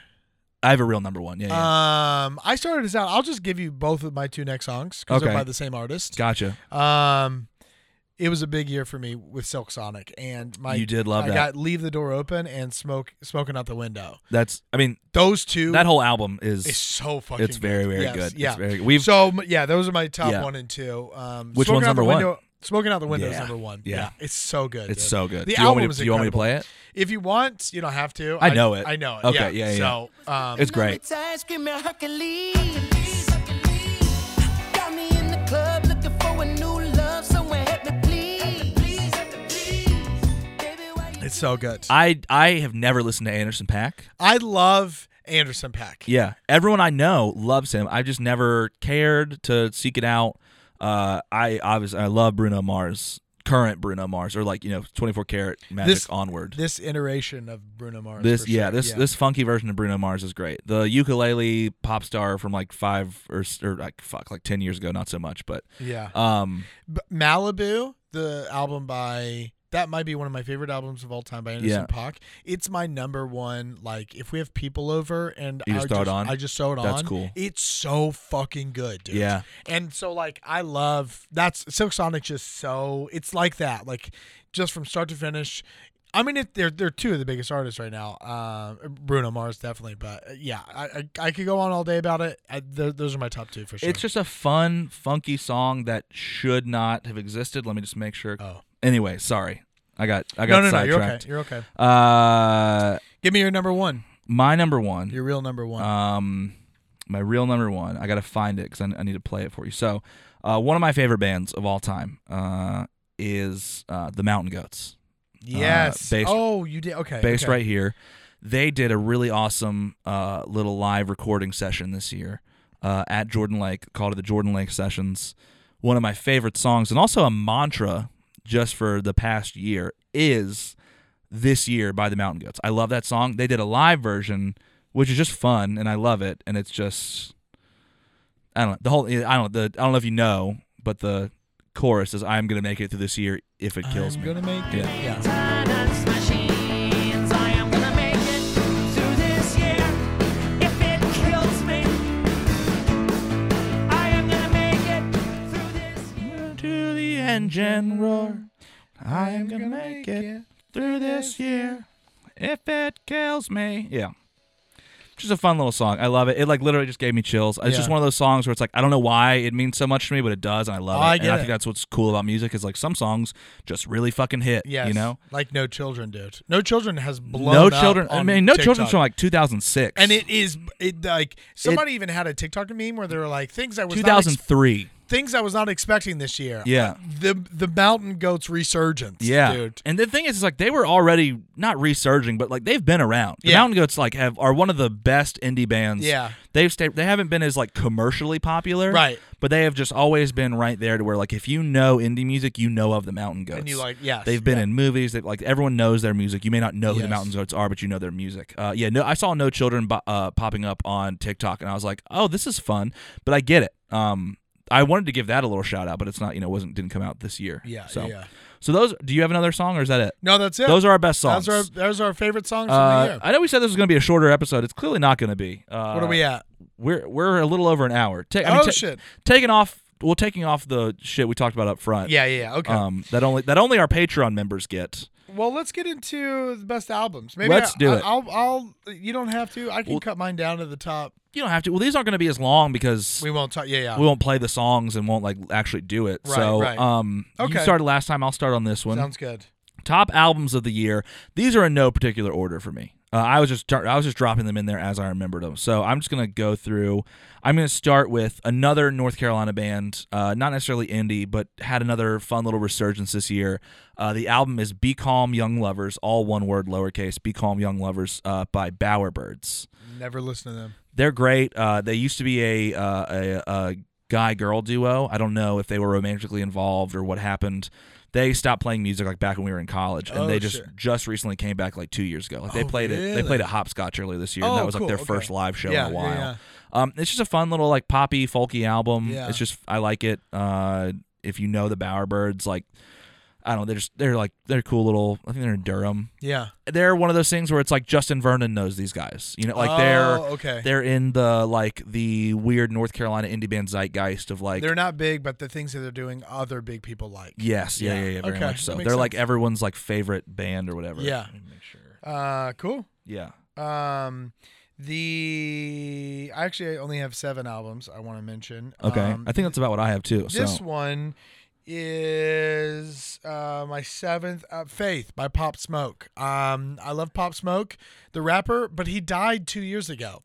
S1: I have a real number one. Yeah. yeah.
S2: Um, I started this out. I'll just give you both of my two next songs because they're
S1: Okay.
S2: by the same artist.
S1: gotcha.
S2: Um, it was a big year for me with Silk Sonic, and my
S1: You did love
S2: I
S1: that.
S2: got Leave the Door Open and Smoke Smoking Out the Window.
S1: That's. I mean,
S2: Those two
S1: that whole album
S2: is
S1: is.
S2: so fucking.
S1: It's very very
S2: Yes,
S1: good. It's
S2: Yeah,
S1: very- we've.
S2: so m- yeah, those are my top
S1: Yeah.
S2: one and two. Um,
S1: Which one's
S2: Smoking Out the
S1: number one?
S2: Window- Smoking Out the Window is
S1: Yeah.
S2: number one.
S1: Yeah.
S2: it's so good.
S1: it's
S2: dude.
S1: so good.
S2: The
S1: do you want
S2: album
S1: me
S2: is
S1: to, do you want me to
S2: incredible.
S1: play it?
S2: If you want, you don't have to.
S1: I know it.
S2: I know it.
S1: Okay, yeah, yeah,
S2: So um,
S1: It's great.
S3: Times screaming Hercules. Got me in the club looking for a new love. Someone help me, please. Baby, why you
S2: it's so good.
S1: I I have never listened to Anderson Pack.
S2: I love Anderson Pack.
S1: Yeah, everyone I know loves him. I've just never cared to seek it out. Uh, I obviously I love Bruno Mars, current Bruno Mars, or like you know, 24 karat magic
S2: This-
S1: onward.
S2: This iteration of Bruno Mars.
S1: This
S2: for
S1: yeah,
S2: sure.
S1: this this funky version of Bruno Mars is great. The ukulele pop star from like five or, s- or like fuck like 10 years ago, not so much, but
S2: yeah.
S1: um,
S2: B- Malibu, the album by that might be one of my favorite albums of all time by Anderson
S1: Yeah.
S2: Paak. It's my number one. Like if we have people over and
S1: You just
S2: I
S1: throw it on?
S2: I just throw it on.
S1: That's cool.
S2: It's so fucking good, dude.
S1: Yeah.
S2: And so like I love that's Silk Sonic's just so it's like that like just from start to finish. I mean, it, they're they're two of the biggest artists right now. Uh, Bruno Mars definitely, but uh, yeah, I, I I could go on all day about it. I, th- those are my top two for sure.
S1: it's just a fun funky song that should not have existed. Let me just make sure.
S2: Oh.
S1: Anyway, sorry. I got I got
S2: no, no, no. You're okay.
S1: sidetracked.
S2: You're okay.
S1: Uh
S2: Give me your number one.
S1: my number one
S2: Your real number one.
S1: Um, my real number one. I gotta find it because I, I need to play it for you. So, uh, one of my favorite bands of all time uh, is uh, the Mountain Goats,
S2: yes.
S1: based-
S2: oh, you did. Okay.
S1: based
S2: okay.
S1: right here. They did a really awesome uh, little live recording session this year uh, at Jordan Lake, called it the Jordan Lake Sessions. One of my favorite songs, and also a mantra just for the past year, is this year by the Mountain Goats. I love that song. They did a live version, which is just fun, and I love it. And it's just, I don't know the whole. I don't the. I don't know if you know, but the chorus is "I'm gonna make it through this year if it kills
S2: I'm
S1: me."
S2: gonna make it.
S1: Yeah.
S2: Yeah.
S3: finance machines? I am gonna make it through this year if it kills me. I am gonna make it through this year.
S1: to the engine roar. I am gonna make it through this year if it kills me. Yeah. Just a fun little song. I love it. It like literally just gave me chills. It's just
S2: Yeah.
S1: one of those songs where it's like I don't know why it means so much to me, but it does, and I love it.
S2: Oh, I
S1: and
S2: get
S1: I
S2: it.
S1: think that's what's cool about music is like some songs just really fucking hit.
S2: Yes.
S1: You know,
S2: like no children, dude. No children has blown.
S1: no
S2: up
S1: children. I
S2: on
S1: mean, no
S2: TikTok.
S1: children's from like 2006
S2: And it is it like somebody even had a TikTok meme where they were like things I was not ex-
S1: 2003.
S2: things I was not expecting this year.
S1: Yeah.
S2: The the mountain goats resurgence.
S1: Yeah,
S2: dude.
S1: and the thing is, is like they were already not resurging, but like they've been around. The
S2: Yeah.
S1: Mountain Goats like have are one of the best indie bands.
S2: Yeah.
S1: they've stayed. They haven't been as like commercially popular,
S2: Right.
S1: But they have just always been right there to where like if you know indie music, you know of the Mountain Goats.
S2: And you like yes.
S1: They've been
S2: yeah.
S1: in movies. They like everyone knows their music. You may not know who the
S2: Yes.
S1: Mountain Goats are, but you know their music. Uh, yeah, no, I saw No Children bo- uh, popping up on TikTok, and I was like, oh, this is fun. But I get it. Um, I wanted to give that a little shout out, but it's not. You know, wasn't didn't come out this year.
S2: Yeah,
S1: So,
S2: yeah.
S1: so those. Do you have another song, or is that it?
S2: No, that's it.
S1: Those are our best songs.
S2: those are those are our favorite songs
S1: Uh,
S2: from the year.
S1: I know we said this was going to be a shorter episode. It's clearly not going to be. Uh,
S2: what are we at?
S1: We're we're a little over an hour. Ta- I mean,
S2: Oh,
S1: ta-
S2: shit.
S1: Taking off. Well, taking off the shit we talked about up front.
S2: Yeah, yeah, yeah. Okay.
S1: Um, that only that only our Patreon members get.
S2: Well, let's get into the best albums. Maybe
S1: Let's
S2: I,
S1: do
S2: I,
S1: it.
S2: I'll, I'll. You don't have to. I can
S1: Well-
S2: cut mine down to the top.
S1: You don't have to. Well, these aren't going to be as long because
S2: We won't talk. Yeah, yeah.
S1: we won't play the songs and won't like actually do it.
S2: Right,
S1: so,
S2: right.
S1: um,
S2: Okay.
S1: you started last time. I'll start on this one.
S2: Sounds good.
S1: Top albums of the year. These are in no particular order for me. Uh, I was just tar- I was just dropping them in there as I remembered them. So I'm just gonna go through. I'm gonna start with another North Carolina band, uh, not necessarily indie, but had another fun little resurgence this year. Uh, the album is "Be Calm, Young Lovers," all one word, lowercase. "Be Calm, Young Lovers" uh, by Bowerbirds.
S2: Never listen to them.
S1: They're great. Uh, they used to be a uh, a, a guy girl duo. I don't know if they were romantically involved or what happened. They stopped playing music like back when we were in college, and
S2: Oh,
S1: they just
S2: sure.
S1: just recently came back like two years ago. Like they
S2: Oh,
S1: played it. They
S2: really?
S1: played at Hopscotch earlier this year. and
S2: Oh,
S1: that was like
S2: cool.
S1: their
S2: Okay.
S1: first live show
S2: Yeah,
S1: in a
S2: yeah,
S1: while.
S2: yeah.
S1: Um, it's just a fun little like poppy folky album.
S2: Yeah.
S1: It's just I like it. Uh, if you know the Bowerbirds, like I don't know, they're just they're like they're cool little. I think they're in Durham.
S2: Yeah.
S1: They're one of those things where it's like Justin Vernon knows these guys. You know, like they're
S2: Oh, okay.
S1: they're in the like the weird North Carolina indie band zeitgeist of like
S2: They're not big, but the things that they're doing, other big people like.
S1: yes, yeah, yeah,
S2: Yeah.
S1: yeah, very
S2: Okay,
S1: much so.
S2: that
S1: They're
S2: makes
S1: like
S2: sense.
S1: everyone's like favorite band or whatever.
S2: Yeah.
S1: Let me make sure.
S2: Uh, cool.
S1: Yeah.
S2: Um, the I actually only have seven albums I want to mention.
S1: Okay.
S2: Um,
S1: I think that's about what I have too.
S2: this
S1: so
S2: one is uh, my seventh uh, faith by pop smoke um i love pop smoke the rapper but he died two years ago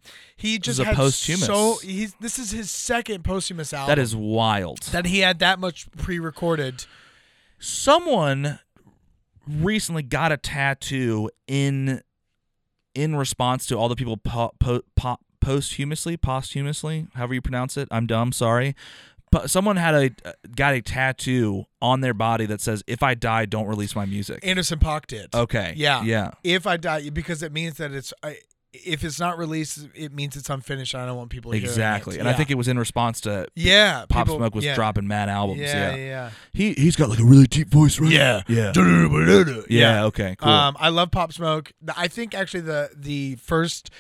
S1: This
S2: he
S1: is
S2: just
S1: a
S2: had
S1: posthumous.
S2: so he's this is his second posthumous album
S1: that is wild.
S2: that he had that much pre-recorded
S1: Someone recently got a tattoo in in response to all the people po- po- po- posthumously, posthumously, however you pronounce it. I'm dumb. Sorry. But someone had a uh, got a tattoo on their body that says, "If I die, don't release my music."
S2: anderson Paak did
S1: Okay.
S2: Yeah.
S1: Yeah.
S2: if i die because it means that it's I, if it's not released it means it's unfinished and i don't want people hearing it.
S1: Exactly. And I
S2: Yeah.
S1: think it was in response to
S2: yeah
S1: Pop
S2: people-
S1: Smoke was
S2: yeah.
S1: dropping mad albums. Yeah.
S2: yeah yeah
S1: He he's got like a really deep voice, right?
S2: Yeah.
S1: Yeah. Yeah.
S2: yeah,
S1: Okay. Cool.
S2: Um, I love Pop Smoke. The- I think actually the the first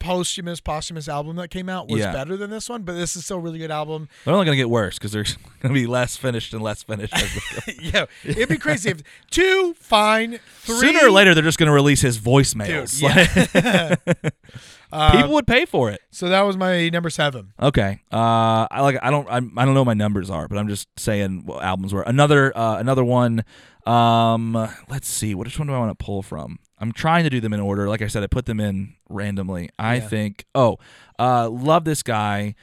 S2: posthumous posthumous album that came out was
S1: Yeah.
S2: better than this one, but this is still a really good album.
S1: They're only gonna get worse because they're gonna be less finished and less finished. as they go.
S2: yeah, it'd be crazy if two fine three
S1: Sooner or later, they're just gonna release his voicemails.
S2: Dude, Uh,
S1: Like- People would pay for it.
S2: So that was my number seven.
S1: Okay. Uh, I like. I don't. I'm, I don't know what my numbers are, but I'm just saying what albums were. Another. Uh, another one. Um, let's see. Which one do I want to pull from? I'm trying to do them in order. Like I said, I put them in randomly. I think. Oh, uh, love this guy.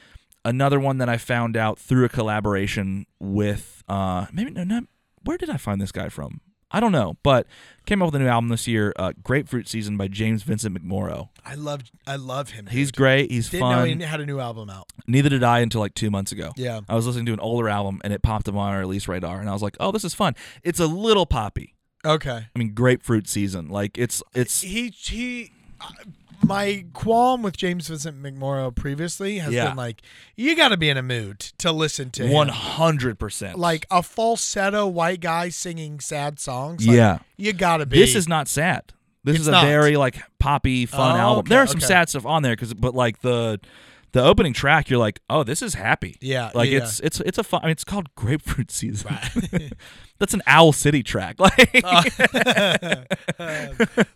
S1: Another one that I found out through a collaboration with. Uh, maybe no. Not, where did I find this guy from? I don't know, but came out with a new album this year, uh, "Grapefruit Season" by James Vincent McMorrow.
S2: I love I love him.
S1: He's
S2: dude.
S1: great. He's
S2: Didn't
S1: fun.
S2: know he had a new album out.
S1: Neither did I until like two months ago.
S2: Yeah.
S1: I was listening to an older album and it popped up on our release radar, and I was like, "Oh, this is fun." It's a little poppy.
S2: Okay.
S1: I mean, grapefruit season. Like it's it's
S2: He he. I- My qualm with James Vincent McMorrow previously has
S1: Yeah.
S2: been like, you got to be in a mood to listen to him.
S1: one hundred percent
S2: like a falsetto white guy singing sad songs. like,
S1: Yeah.
S2: you gotta be.
S1: this is not sad. This
S2: It's
S1: is a
S2: not.
S1: very like poppy fun
S2: Oh,
S1: album.
S2: okay,
S1: there are some
S2: okay.
S1: sad stuff on there because, but like the the opening track, you're like, "Oh, this is happy."
S2: Yeah,
S1: Like
S2: yeah.
S1: it's it's it's a fun. I mean, it's called grapefruit season. That's an Owl City track. Like.
S2: Oh.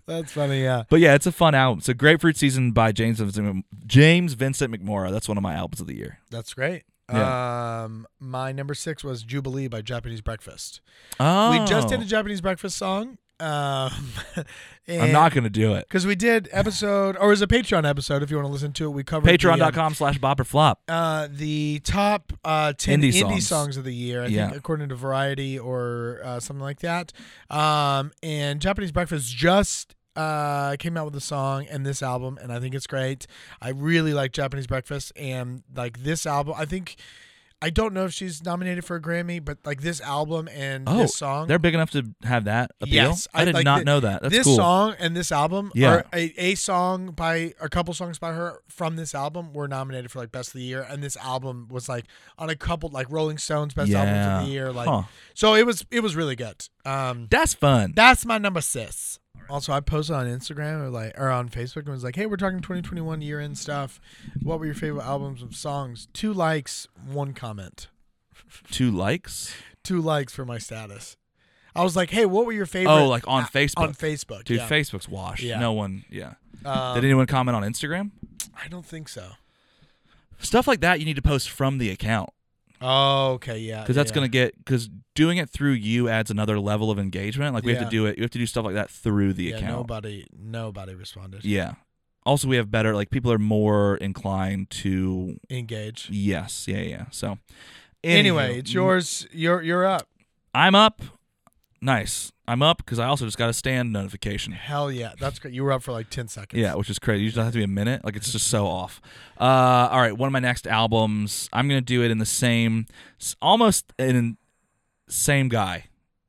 S2: that's funny. Yeah,
S1: But yeah, it's a fun album. So Grapefruit Season by James Vincent, James Vincent McMorrow. That's one of my albums of the year.
S2: that's great. Um, my number six was Jubilee by Japanese Breakfast.
S1: Oh,
S2: We just did a Japanese Breakfast song. Um,
S1: I'm not gonna do it.
S2: because we did episode or it was a Patreon episode. If you want to listen to it, we covered the, um,
S1: Patreon.com slash bop or flop.
S2: uh, the top uh, 10
S1: Indie
S2: indie,
S1: songs.
S2: songs. of the year, I
S1: Yeah.
S2: think, according to Variety or uh, something like that. Um, and Japanese Breakfast just uh, came out with a song and this album, and I think it's great. I really like Japanese Breakfast, and like this album, I think. I don't know if she's nominated for a Grammy, but like this album and
S1: Oh,
S2: this song,
S1: they're big enough to have that appeal.
S2: Yes,
S1: I, did
S2: like
S1: not
S2: thi-
S1: know that. That's
S2: this
S1: cool.
S2: song and this album,
S1: Yeah.
S2: are a, a song by a couple songs by her from this album were nominated for like best of the year, and this album was like on a couple like Rolling Stones best albums
S1: Yeah.
S2: of the year, like
S1: Huh.
S2: so it was it was really good. Um,
S1: That's fun.
S2: that's my number six. Also, I posted on Instagram or like or on Facebook and was like, "Hey, we're talking 2021 year end stuff. What were your favorite albums of songs?" Two likes, one comment,
S1: Two likes.
S2: two likes for my status. I was like, "Hey, what were your favorite?"
S1: Oh, like on
S2: uh,
S1: Facebook.
S2: On Facebook,
S1: Dude,
S2: yeah.
S1: Facebook's washed.
S2: Yeah.
S1: No one. Yeah.
S2: Um,
S1: did anyone comment on Instagram?
S2: I don't think so.
S1: Stuff like that you need to post from the account.
S2: Oh, okay, yeah.
S1: because that's gonna get because doing it through you adds another level of engagement. Like we have
S2: Yeah.
S1: to do it, you have to do stuff like that through the
S2: yeah,
S1: account.
S2: nobody, nobody responded.
S1: yeah. Also, we have better like people are more inclined to
S2: Engage.
S1: yes, yeah, yeah. So
S2: Anyway,
S1: anywho,
S2: it's yours. You're you're up.
S1: I'm up. Nice. I'm up because I also just got a stand notification.
S2: Hell yeah, that's great. You were up for like ten seconds.
S1: Yeah, which is crazy. You just have to be a minute. Like it's just so off. Uh, all right, one of my next albums. I'm gonna do it in the same, s- almost in same guy.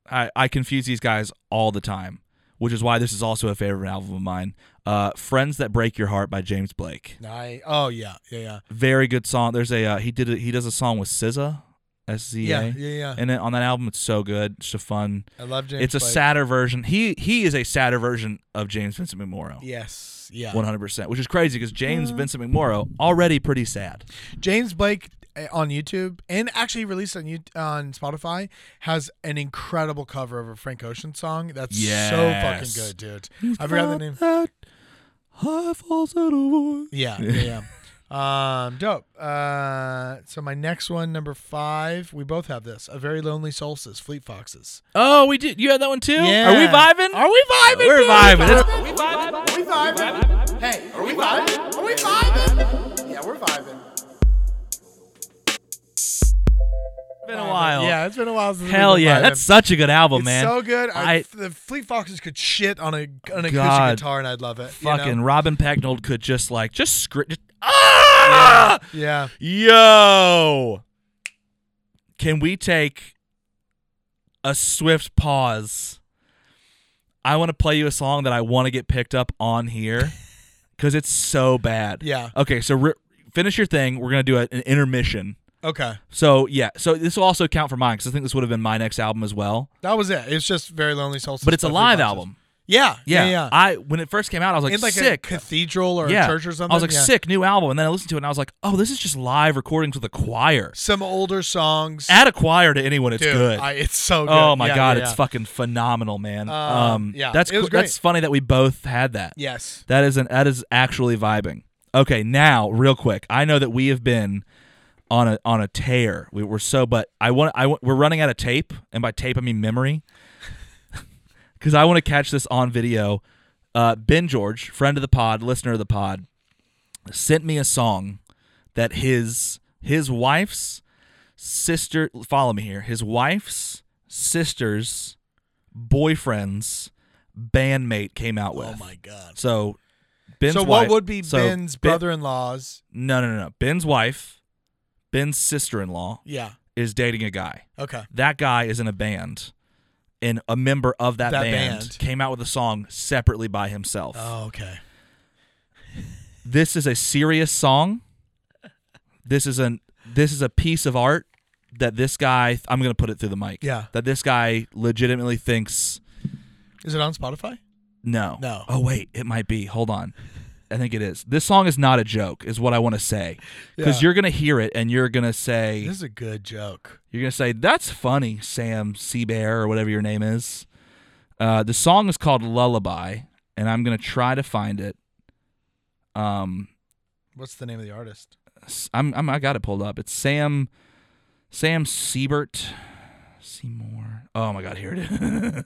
S1: I I confuse these guys all the time, which is why this is also a favorite album of mine. Uh, Friends that Break Your Heart by James Blake.
S2: I, oh yeah, yeah, yeah,
S1: Very good song. There's a uh, he did a, he does a song with SZA, S Z
S2: yeah, yeah,
S1: A.
S2: yeah.
S1: And then on that album, it's so good. It's just fun.
S2: I love James.
S1: it's a
S2: Blake.
S1: sadder version. He he is a sadder version of James Vincent McMorrow.
S2: Yes, yeah.
S1: One hundred percent, which is crazy because James Vincent McMorrow already pretty sad.
S2: James Blake uh, on YouTube and actually released on you on Spotify has an incredible cover of a Frank Ocean song. That's
S1: Yes.
S2: so fucking good, dude. I forgot the name.
S1: That high falsetto voice.
S2: Yeah, yeah, yeah. um, dope. Uh, so my next one, number five, we both have this. A very lonely solstice, Fleet Foxes.
S1: Oh, we did. You had that one too.
S2: Yeah.
S1: Are we vibing?
S2: Are we vibing,
S1: We're
S2: dude?
S1: vibing. That's-
S2: Are we vibing? Hey, are we vibing? Are we vibing? Yeah, we're vibing.
S1: It's been a while.
S2: Yeah, it's been a while since. we've
S1: Hell
S2: been
S1: yeah,
S2: vibing.
S1: that's such a good album,
S2: It's
S1: man.
S2: so good. I,
S1: I
S2: the Fleet Foxes could shit on a on a
S1: God.
S2: acoustic guitar, and I'd love it. you know?
S1: fucking Robin Pecknold could just like just script. Just, ah!
S2: yeah.
S1: Yo, can we take a swift pause? I want to play you a song that I want to get picked up on here because it's so bad.
S2: Yeah.
S1: Okay, so re- finish your thing. We're gonna do a- an intermission.
S2: Okay,
S1: So yeah, so this will also count for mine because I think this would have been my next album as well.
S2: that was it. It's just very lonely solstice,
S1: But it's a
S2: by Fleet
S1: live
S2: Foxes.
S1: album.
S2: Yeah, yeah,
S1: Yeah.
S2: yeah.
S1: I when it first came out, I was like,
S2: in like
S1: sick.
S2: a cathedral or
S1: yeah.
S2: a church or something.
S1: I was like,
S2: yeah.
S1: sick new album. And then I listened to it and I was like, oh, this is just live recordings with a choir.
S2: Some older songs.
S1: Add a choir to anyone, it's
S2: Dude,
S1: good.
S2: I, it's so good.
S1: Oh my
S2: Yeah,
S1: god,
S2: yeah,
S1: it's
S2: yeah.
S1: fucking phenomenal, man.
S2: Um,
S1: um,
S2: yeah,
S1: that's
S2: it was
S1: cool- that's funny that we both had that.
S2: Yes.
S1: that is an that is actually vibing. Okay, now real quick, I know that we have been on a on a tear. We were so, but I want I want- we're running out of tape, and by tape I mean memory, because I want to catch this on video. Uh, ben George, friend of the pod, listener of the pod, sent me a song that his his wife's sister follow me here his wife's sister's boyfriend's bandmate came out with
S2: Oh my god.
S1: so ben's
S2: so
S1: wife-
S2: what would be
S1: so
S2: Ben's
S1: Ben-
S2: brother-in-law's?
S1: no no no no ben's wife ben's sister-in-law
S2: Yeah.
S1: is dating a guy
S2: Okay.
S1: that guy is in a band and a member of that,
S2: That
S1: band,
S2: band.
S1: came out with a song separately by himself
S2: Oh, okay.
S1: this is a serious song. This is an this is a piece of art that this guy I'm gonna put it through the mic.
S2: Yeah.
S1: That this guy legitimately thinks
S2: Is it on Spotify?
S1: no.
S2: No.
S1: Oh wait, it might be. Hold on. I think it is. This song is not a joke, is what I want to say. Because
S2: Yeah.
S1: you're gonna hear it and you're gonna say
S2: This is a good joke.
S1: you're gonna say that's funny, Sam Seabear or whatever your name is. Uh, the song is called Lullaby, and I'm gonna try to find it. Um,
S2: What's the name of the artist?
S1: I'm, I'm I got it pulled up. It's Sam Sam Siebert Seymour. Oh my god, here it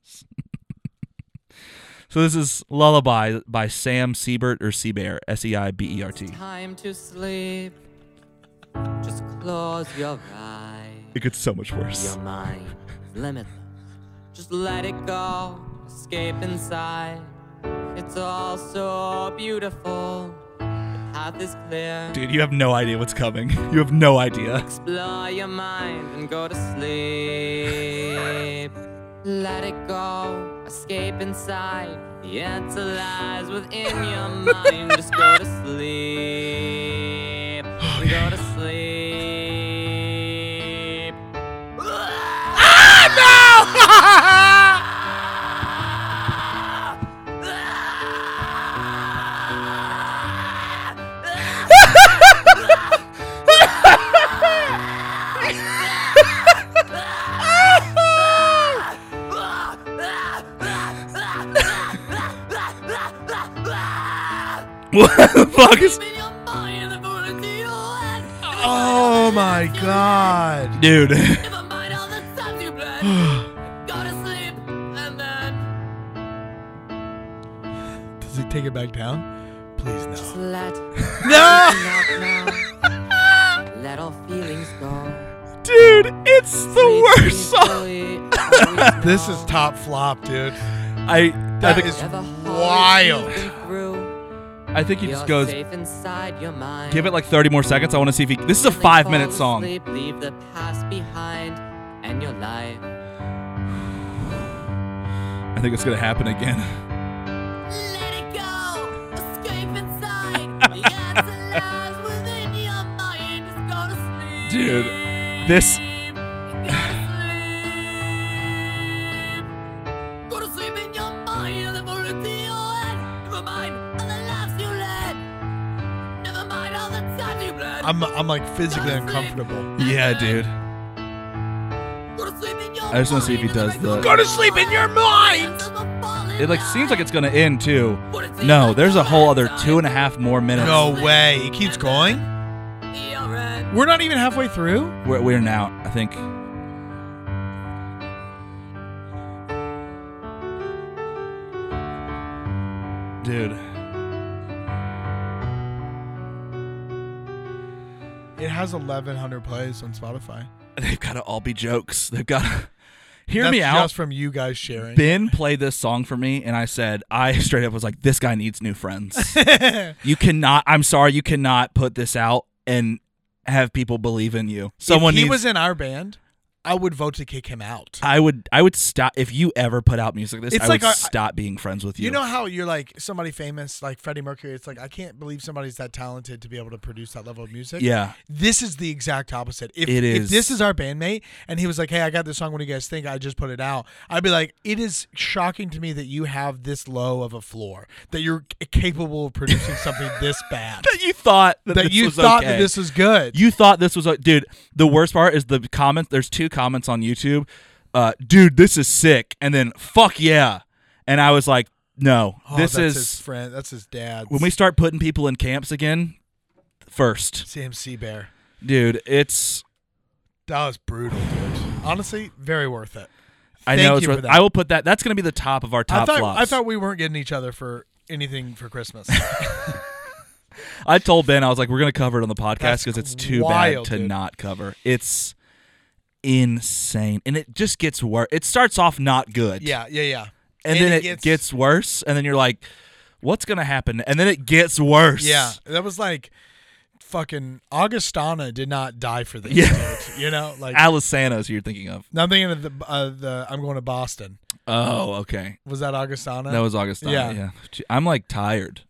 S1: is. so this is Lullaby by Sam Siebert or Seabear, S E I B E R T.
S10: Time to sleep. Just close your eyes.
S1: It gets so much worse.
S10: Your mind is limitless. Just let it go. Escape inside. It's all so beautiful. The path is clear.
S1: Dude, you have no idea what's coming. You have no idea.
S10: Explore your mind and go to sleep. Let it go, escape inside. The answer lies within your mind. Just go to sleep. Go to sleep.
S1: What the fuck is
S10: In your mind, the
S1: Oh
S2: Oh my god.
S1: Dude.
S10: Never mind all the times you bled. Go to sleep and then
S2: Does he take it back down? Please
S10: just
S2: no.
S10: let
S2: No!
S10: out now. Let all feelings go.
S1: Dude, it's the worst song.
S10: song.
S2: This is top flop, dude.
S1: I I
S2: That
S1: think
S2: is wild.
S1: I think he just goes
S10: inside your mind.
S1: give it like 30 more seconds. I want to see if he This is a 5 minute song.
S10: Sleep, leave the past behind and your life.
S1: I think it's going to happen again.
S10: Let it go. Escape inside. the answer lies within your mind. Just go to sleep.
S1: Dude, this
S10: Go to sleep in your mind. Never look to your head. Never mind all the lives you led. Never mind all the time you bled.
S2: I'm I'm like physically uncomfortable.
S1: Yeah, dude.
S10: Go to sleep in your
S1: I just wanna see if he
S10: mind.
S1: does the-
S10: Go to sleep in your mind.
S1: It like seems like it's going to end too. No, there's a whole other two and a half more minutes.
S2: No way. It keeps going. We're not even halfway through.
S1: We're, we're now, I think. Dude.
S2: It has 1,100 plays on Spotify.
S1: They've got to all be jokes. They've got to. Hear
S2: That's
S1: me out.
S2: Just from you guys sharing.
S1: Ben played this song for me, and I said, I straight up was like, this guy needs new friends. you cannot, I'm sorry, you cannot put this out and have people believe in you. Someone
S2: if he
S1: needs,
S2: was in our band, I would vote to kick him out.
S1: I would, I would stop, if you ever put out music like this,
S2: It's
S1: I
S2: like
S1: would
S2: our-
S1: stop being friends with you.
S2: You know how you're like somebody famous, like Freddie Mercury. It's like I can't believe somebody's that talented to be able to produce that level of music.
S1: yeah.
S2: This is the exact opposite. If,
S1: It
S2: if
S1: is.
S2: this is our bandmate and he was like, "Hey, I got this song. What do you guys think?" I just put it out. I'd be like, "It is shocking to me that you have this low of a floor, that you're c- capable of producing something this bad,
S1: That you thought that,
S2: that
S1: this
S2: you
S1: was
S2: thought
S1: okay.
S2: that this was good."
S1: You thought this was a dude. The worst part is the comments. There's two comments on YouTube. Uh, dude, this is sick. And then fuck yeah. And I was like, no,
S2: Oh,
S1: this
S2: that's
S1: is
S2: his friend. That's his dad.
S1: when we start putting people in camps again. First,
S2: CMC Bear.
S1: dude, it's.
S2: That was brutal, dude. Honestly, very worth it.
S1: I
S2: Thank
S1: know
S2: you
S1: it's.
S2: for
S1: worth-
S2: that.
S1: I will put that. That's gonna be the top of our top
S2: I thought
S1: flops.
S2: I thought we weren't getting each other for anything for Christmas.
S1: I told Ben I was like, we're gonna cover it on the podcast
S2: That's
S1: because it's too
S2: wild,
S1: bad to
S2: dude.
S1: not cover. It's insane, and it just gets worse. It starts off not good.
S2: yeah, yeah, yeah.
S1: and, then it gets, worse, and then you're like, "What's gonna happen?" And then it gets worse.
S2: yeah. That was like fucking Augustana did not die for this.
S1: Yeah.
S2: dude. you know, like
S1: Alisano's who you're thinking of.
S2: now I'm thinking of the uh, the I'm going to Boston.
S1: Oh, okay.
S2: Was that Augustana?
S1: That was Augustana. Yeah.
S2: Uh, Yeah.
S1: Gee, I'm like tired.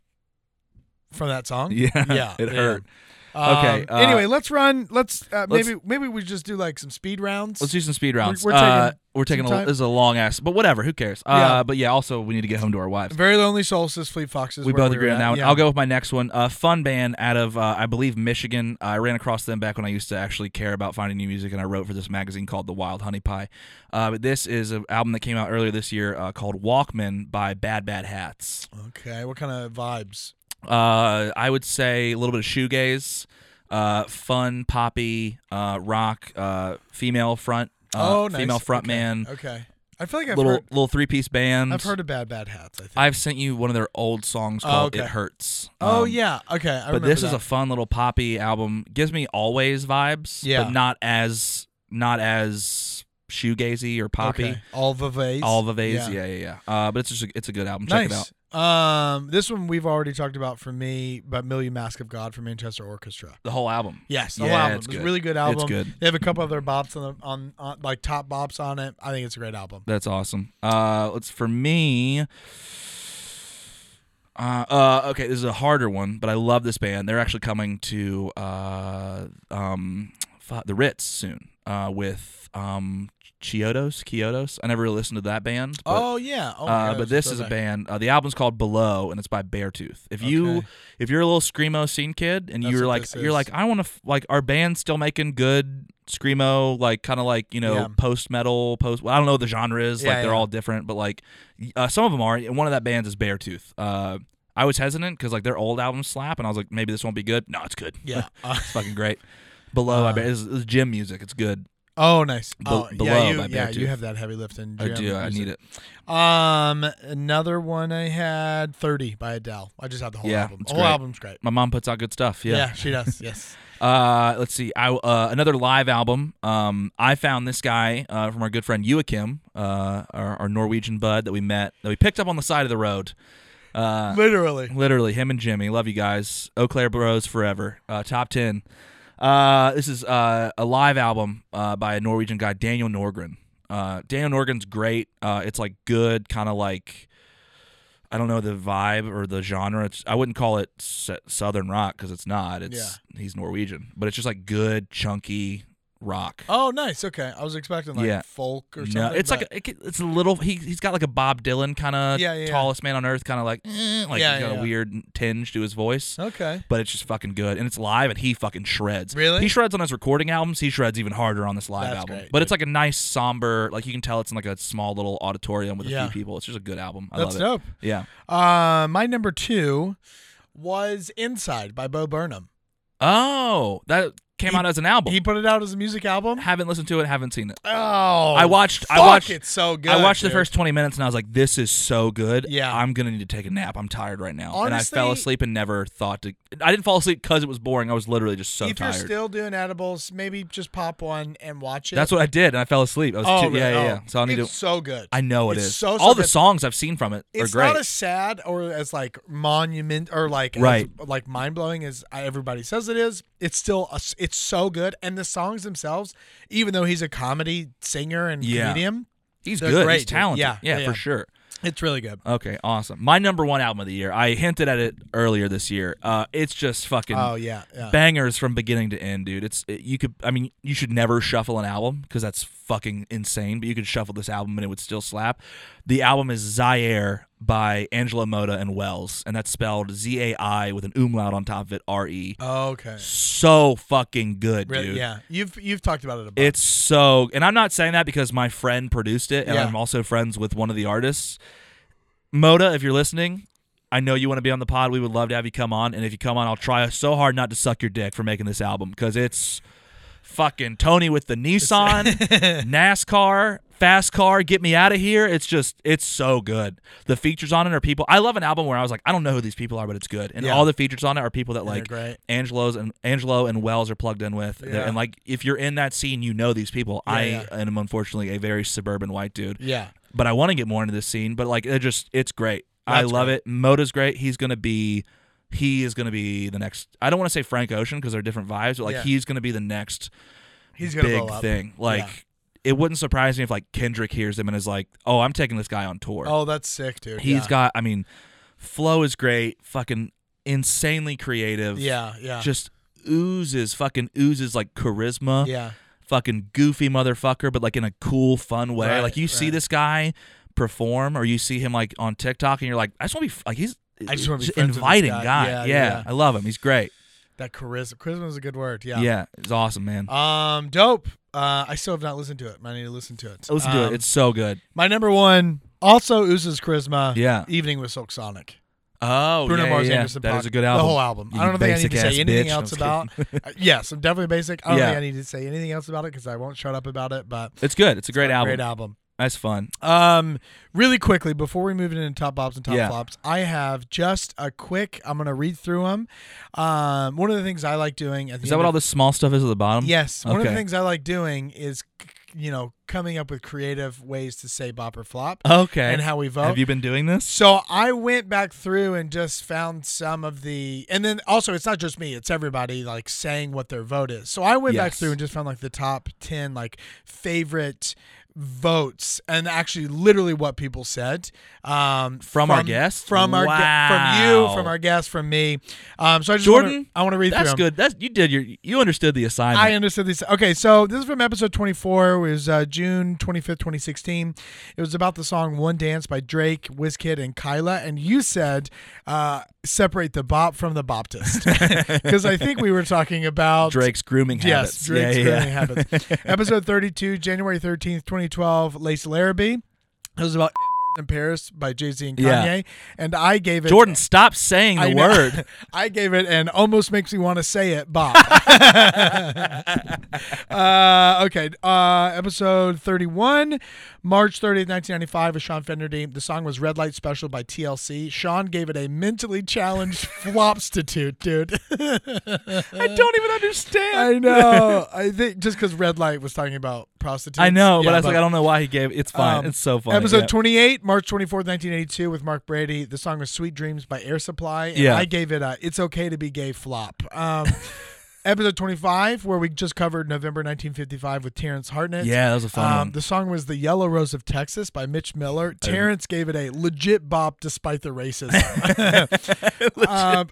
S2: from that song.
S1: Yeah.
S2: yeah,
S1: it
S2: yeah.
S1: hurt.
S2: Um,
S1: Okay, uh,
S2: anyway, let's run. Let's, uh,
S1: let's-
S2: maybe maybe we just do like some speed rounds.
S1: Let's do some speed rounds.
S2: we're
S1: uh,
S2: taking
S1: we're taking
S2: some
S1: a l-
S2: time.
S1: this is a long ass, but whatever. Who cares? Uh,
S2: Yeah.
S1: But yeah, also we need to get home to our wives.
S2: Very lonely solstice. Fleet Foxes.
S1: We
S2: where
S1: both
S2: were
S1: agree on
S2: at.
S1: that one.
S2: Yeah.
S1: I'll go with my next one. Uh, fun band out of uh, I believe Michigan. I ran across them back when I used to actually care about finding new music, and I wrote for this magazine called The Wild Honey Pie. Uh, but this is an album that came out earlier this year uh, called Walkman by Bad Bad Hats.
S2: Okay, what kind of vibes?
S1: Uh, I would say a little bit of shoegaze, uh, fun poppy, uh, rock, uh, female front, uh,
S2: oh, nice.
S1: female front
S2: okay.
S1: man,
S2: Okay, I feel like I've
S1: little
S2: heard,
S1: little three piece band.
S2: I've heard of Bad Bad Hats. I think.
S1: I've sent you one of their old songs
S2: Oh,
S1: called
S2: okay.
S1: "It Hurts."
S2: oh
S1: Um,
S2: yeah. Okay, I
S1: but
S2: remember
S1: this is
S2: is
S1: a fun little poppy album. Gives me always vibes,
S2: Yeah.
S1: but not as not as shoegazy or poppy.
S2: All Vivace.
S1: All the ways, yeah, yeah, yeah. Uh, but it's just a, it's a good album. Check
S2: nice.
S1: it out.
S2: Um, this one we've already talked about for me, but Million Mask of God from Manchester Orchestra.
S1: The whole album.
S2: Yes, the
S1: yeah,
S2: whole album.
S1: It's
S2: It's
S1: good.
S2: a really good album.
S1: It's good.
S2: They have a couple other bops on the on, on like top bops on it. I think it's a great album.
S1: That's awesome. Uh, let's for me. Uh, uh, okay, this is a harder one, but I love this band. They're actually coming to uh, um, fu- the Ritz soon uh, with um, Chiodos. Chiodos. I never really listened to that band. But
S2: oh yeah. Oh, my
S1: uh,
S2: God,
S1: but
S2: it's
S1: this is a
S2: throwback.
S1: band. Uh, the album's called Below, and it's by Beartooth. If you
S2: Okay.
S1: if you're a little screamo scene kid, and
S2: That's
S1: you're
S2: what
S1: like
S2: this
S1: you're
S2: is.
S1: like I want to f- like our band's still making good screamo like kind of like you know
S2: Yeah.
S1: post metal post. Well, I don't know what the genre is.
S2: Yeah,
S1: like they're
S2: yeah.
S1: all different, but like y- uh, some of them are. And one of that bands is Beartooth. Uh, I was hesitant because like their old albums slap, and I was like maybe this won't be good. No, it's good.
S2: Yeah. Uh,
S1: it's fucking great. Below, I bet it's, it's gym music. It's good.
S2: Oh, nice.
S1: Be-
S2: Oh,
S1: below
S2: yeah, you,
S1: by
S2: yeah, you
S1: Beartooth.
S2: have that heavy lifting.
S1: I do. I need it.
S2: Um, another one I had thirty by Adele. I just had the whole
S1: Yeah,
S2: album.
S1: it's
S2: The whole
S1: great.
S2: album's great.
S1: My mom puts out good stuff.
S2: Yeah, she does. Yes.
S1: Uh, let's see. I uh, another live album. Um, I found this guy uh, from our good friend Joachim, uh, our, our Norwegian bud that we met that we picked up on the side of the road. Uh,
S2: Literally.
S1: literally him and Jimmy. Love you guys. Eau Claire Bros forever. Uh, top ten. Uh, this is uh, a live album uh, by a Norwegian guy, Daniel Norgren. Uh, Daniel Norgren's great. Uh, it's like good, kind of like I don't know the vibe or the genre. It's, I wouldn't call it s- southern rock because it's not. It's he's Norwegian, but it's just like good, chunky rock.
S2: Oh, nice. Okay, I was expecting like
S1: Yeah.
S2: folk or
S1: no,
S2: something.
S1: it's like
S2: but-
S1: a, it, could- it's a little. He he's got like a Bob Dylan kind of
S2: Yeah, yeah, yeah.
S1: tallest man on earth, kind of like eh, like
S2: Yeah,
S1: he's got
S2: yeah, yeah.
S1: a weird tinge to his voice
S2: okay.
S1: but it's just fucking good and it's live and he fucking shreds
S2: Really?
S1: he shreds on his recording albums he shreds even harder on this live
S2: That's
S1: album
S2: great,
S1: but it's like a nice somber like you can tell it's in like a small little auditorium with
S2: Yeah.
S1: a few people it's just a good album i
S2: That's
S1: love
S2: dope.
S1: it yeah
S2: Uh, my number two was "Inside" by Bo Burnham.
S1: oh that came
S2: He-
S1: out as an album
S2: He put it out as a music album.
S1: haven't listened to it haven't seen it
S2: Oh,
S1: i watched i
S2: fuck,
S1: watched
S2: It's so good.
S1: I watched
S2: dude.
S1: the first 20 minutes and I was like, this is so good.
S2: Yeah.
S1: I'm going to need to take a nap. I'm tired right now. and I fell
S2: Honestly-
S1: asleep and never thought to. I didn't fall asleep because it was boring. I was literally just so
S2: if
S1: tired.
S2: you're still doing edibles, maybe just pop one and watch it.
S1: That's what I did. And I fell asleep. I was
S2: Oh,
S1: too,
S2: really?
S1: yeah, yeah,
S2: Oh.
S1: yeah. So I need
S2: it's
S1: to.
S2: so good.
S1: I know it
S2: it's
S1: is.
S2: So, so
S1: All the
S2: good.
S1: songs I've seen from it
S2: It's
S1: are great.
S2: not as sad or as like monument or like as,
S1: Right.
S2: like mind blowing as everybody says it is. It's still a s it's so good, and the songs themselves, even though he's a comedy singer and
S1: Yeah.
S2: comedian,
S1: He's
S2: they're
S1: good.
S2: great,
S1: He's
S2: dude.
S1: talented.
S2: Yeah,
S1: Yeah,
S2: yeah, yeah.
S1: for sure.
S2: it's really good.
S1: Okay, awesome. My number one album of the year. I hinted at it earlier this year. Uh, it's just fucking
S2: Oh yeah, yeah.
S1: bangers from beginning to end, dude. It's it, you could. I mean, you should never shuffle an album because that's fucking insane. But you could shuffle this album and it would still slap. The album is Zaire by Angela Moda and Wells, and that's spelled Z A I with an umlaut on top of it. R E.
S2: Oh, okay,
S1: So fucking good,
S2: Really-
S1: dude.
S2: yeah. You've you've talked about it a bunch.
S1: It's so, and I'm not saying that because my friend produced it, and
S2: Yeah.
S1: I'm also friends with one of the artists. Moda, if you're listening, I know you want to be on the pod. We would love to have you come on, and if you come on, I'll try so hard not to suck your dick for making this album because it's fucking Tony with the Nissan, NASCAR, fast car, get me out of here. It's just, it's so good. The features on it are people. I love an album where I was like, I don't know who these people are, but it's good, and
S2: Yeah.
S1: all the features on it are people that
S2: they're
S1: like
S2: great.
S1: Angelo's and Angelo and Wells are plugged in with,
S2: Yeah.
S1: and like if you're in that scene, you know these people. I
S2: yeah.
S1: am unfortunately a very suburban white dude,
S2: yeah.
S1: but I want to get more into this scene. But like, it just it's great. I
S2: That's
S1: love
S2: great.
S1: it. Moda's great. He's gonna be, he is gonna be the next. I don't want to say Frank Ocean because they're different vibes, but like
S2: Yeah.
S1: he's gonna be the next
S2: He's gonna
S1: big
S2: blow up.
S1: thing. Like.
S2: Yeah.
S1: It wouldn't surprise me if like Kendrick hears him and is like, "Oh, I'm taking this guy on tour."
S2: Oh, that's sick, dude.
S1: He's
S2: yeah.
S1: got. I mean, flow is great. Fucking insanely creative
S2: yeah, yeah,
S1: just oozes fucking oozes like charisma
S2: yeah.
S1: fucking goofy motherfucker but like in a cool fun way
S2: Right,
S1: like you see
S2: right.
S1: this guy perform or you see him like on tiktok and you're like i just want to be f- like he's
S2: I just wanna be
S1: it's
S2: friends with this
S1: inviting
S2: guy. Yeah,
S1: yeah,
S2: yeah.
S1: i love him he's great
S2: That charisma. Charisma is a good word.
S1: yeah, it's awesome man
S2: Um, dope. Uh, I still have not listened to it. I need to listen to it.
S1: listen to
S2: Um,
S1: it it's so good
S2: my number one. Also, oozes charisma.
S1: Yeah.
S2: Evening with Silk Sonic.
S1: oh
S2: Bruno
S1: yeah,
S2: Mars
S1: yeah.
S2: Anderson.
S1: that
S2: Paak.
S1: is a good album
S2: The whole album.
S1: You
S2: I don't think I need to
S1: basic-ass
S2: say anything
S1: bitch.
S2: else
S1: No, I'm
S2: about.
S1: just
S2: Uh, yes, I'm definitely basic. I don't
S1: Yeah.
S2: think I need to say anything else about it because I won't shut up about it. But
S1: kidding. it's good it's a great album
S2: Great album.
S1: that's fun
S2: Um, really quickly before we move into top bobs and top
S1: Yeah.
S2: flops, I have just a quick. I'm gonna read through them. Um, one of the things I like doing at the
S1: is that
S2: end
S1: what all
S2: of-
S1: this small stuff is at the bottom
S2: Yes, one of the
S1: Okay.
S2: things I like doing is, c- you know, coming up with creative ways to say bop or flop.
S1: okay
S2: and how we vote.
S1: have you been doing this
S2: So I went back through and just found some of the, and then also it's not just me; it's everybody like saying what their vote is. So I went back
S1: Yes.
S2: through and just found like the top ten like favorite votes, and actually literally what people said um,
S1: From our guests?
S2: from our gue- from you,
S1: Wow.
S2: from our guests, from me. Um, so I just
S1: jordan
S2: wanna, I want to read through.
S1: that's
S2: 'em.
S1: good that's you did your you understood the assignment
S2: I understood these. Okay, so this is from episode 24. It was uh, June 25th, 2016. It was about the song One Dance by Drake, Wizkid, and Kyla. And you said, uh, separate the bop from the boptist. Because I think we were talking about.
S1: Drake's grooming habits.
S2: Yes, Drake's
S1: yeah,
S2: grooming
S1: yeah.
S2: habits. Episode 32, January 13th, 2012, Lace Larrabee. It was about in Paris by Jay Z and Kanye,
S1: Yeah.
S2: and I gave it
S1: Jordan, stop saying the
S2: I know.
S1: word.
S2: I gave it an almost makes me want to say it, Bob. uh, okay, uh, episode 31, March 30th, 1995, with Sean Fenderdeem. The song was Red Light Special by TLC. Sean gave it a mentally challenged flopstitute, dude.
S1: I don't even understand.
S2: I know. I think just because Red Light was talking about prostitutes.
S1: I know, but
S2: Yeah,
S1: I was like, I don't know why he gave. It's fine.
S2: um,
S1: it's so funny.
S2: Episode
S1: Yeah.
S2: 28, March 24th, 1982, with Mark Brady. The song was Sweet Dreams by Air Supply. And
S1: Yeah.
S2: I gave it a It's Okay to Be Gay flop. Um, episode 25, where we just covered November 1955 with Terrence Hartnett.
S1: Yeah, that was a fun
S2: Um,
S1: one.
S2: The song was The Yellow Rose of Texas by Mitch Miller. Terrence gave it a legit bop despite the racism. um,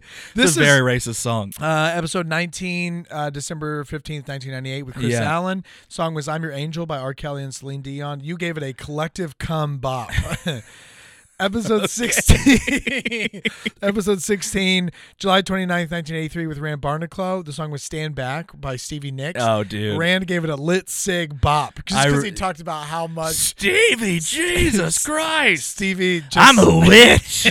S1: This
S2: this
S1: is
S2: is
S1: a very racist song.
S2: uh, episode 19, uh, December 15th, 1998, with Chris
S1: Yeah.
S2: Allen. Song was I'm Your Angel by R. Kelly and Celine Dion. You gave it a collective cum bop. episode 16, episode 16, July 29th, 1983, with Rand Barnacle. The song was Stand Back by Stevie Nicks.
S1: Oh, dude.
S2: Rand gave it a lit sig bop just
S1: I
S2: because
S1: re-
S2: he talked about how much
S1: Stevie, Jesus Christ!
S2: Stevie just.
S1: I'm a witch.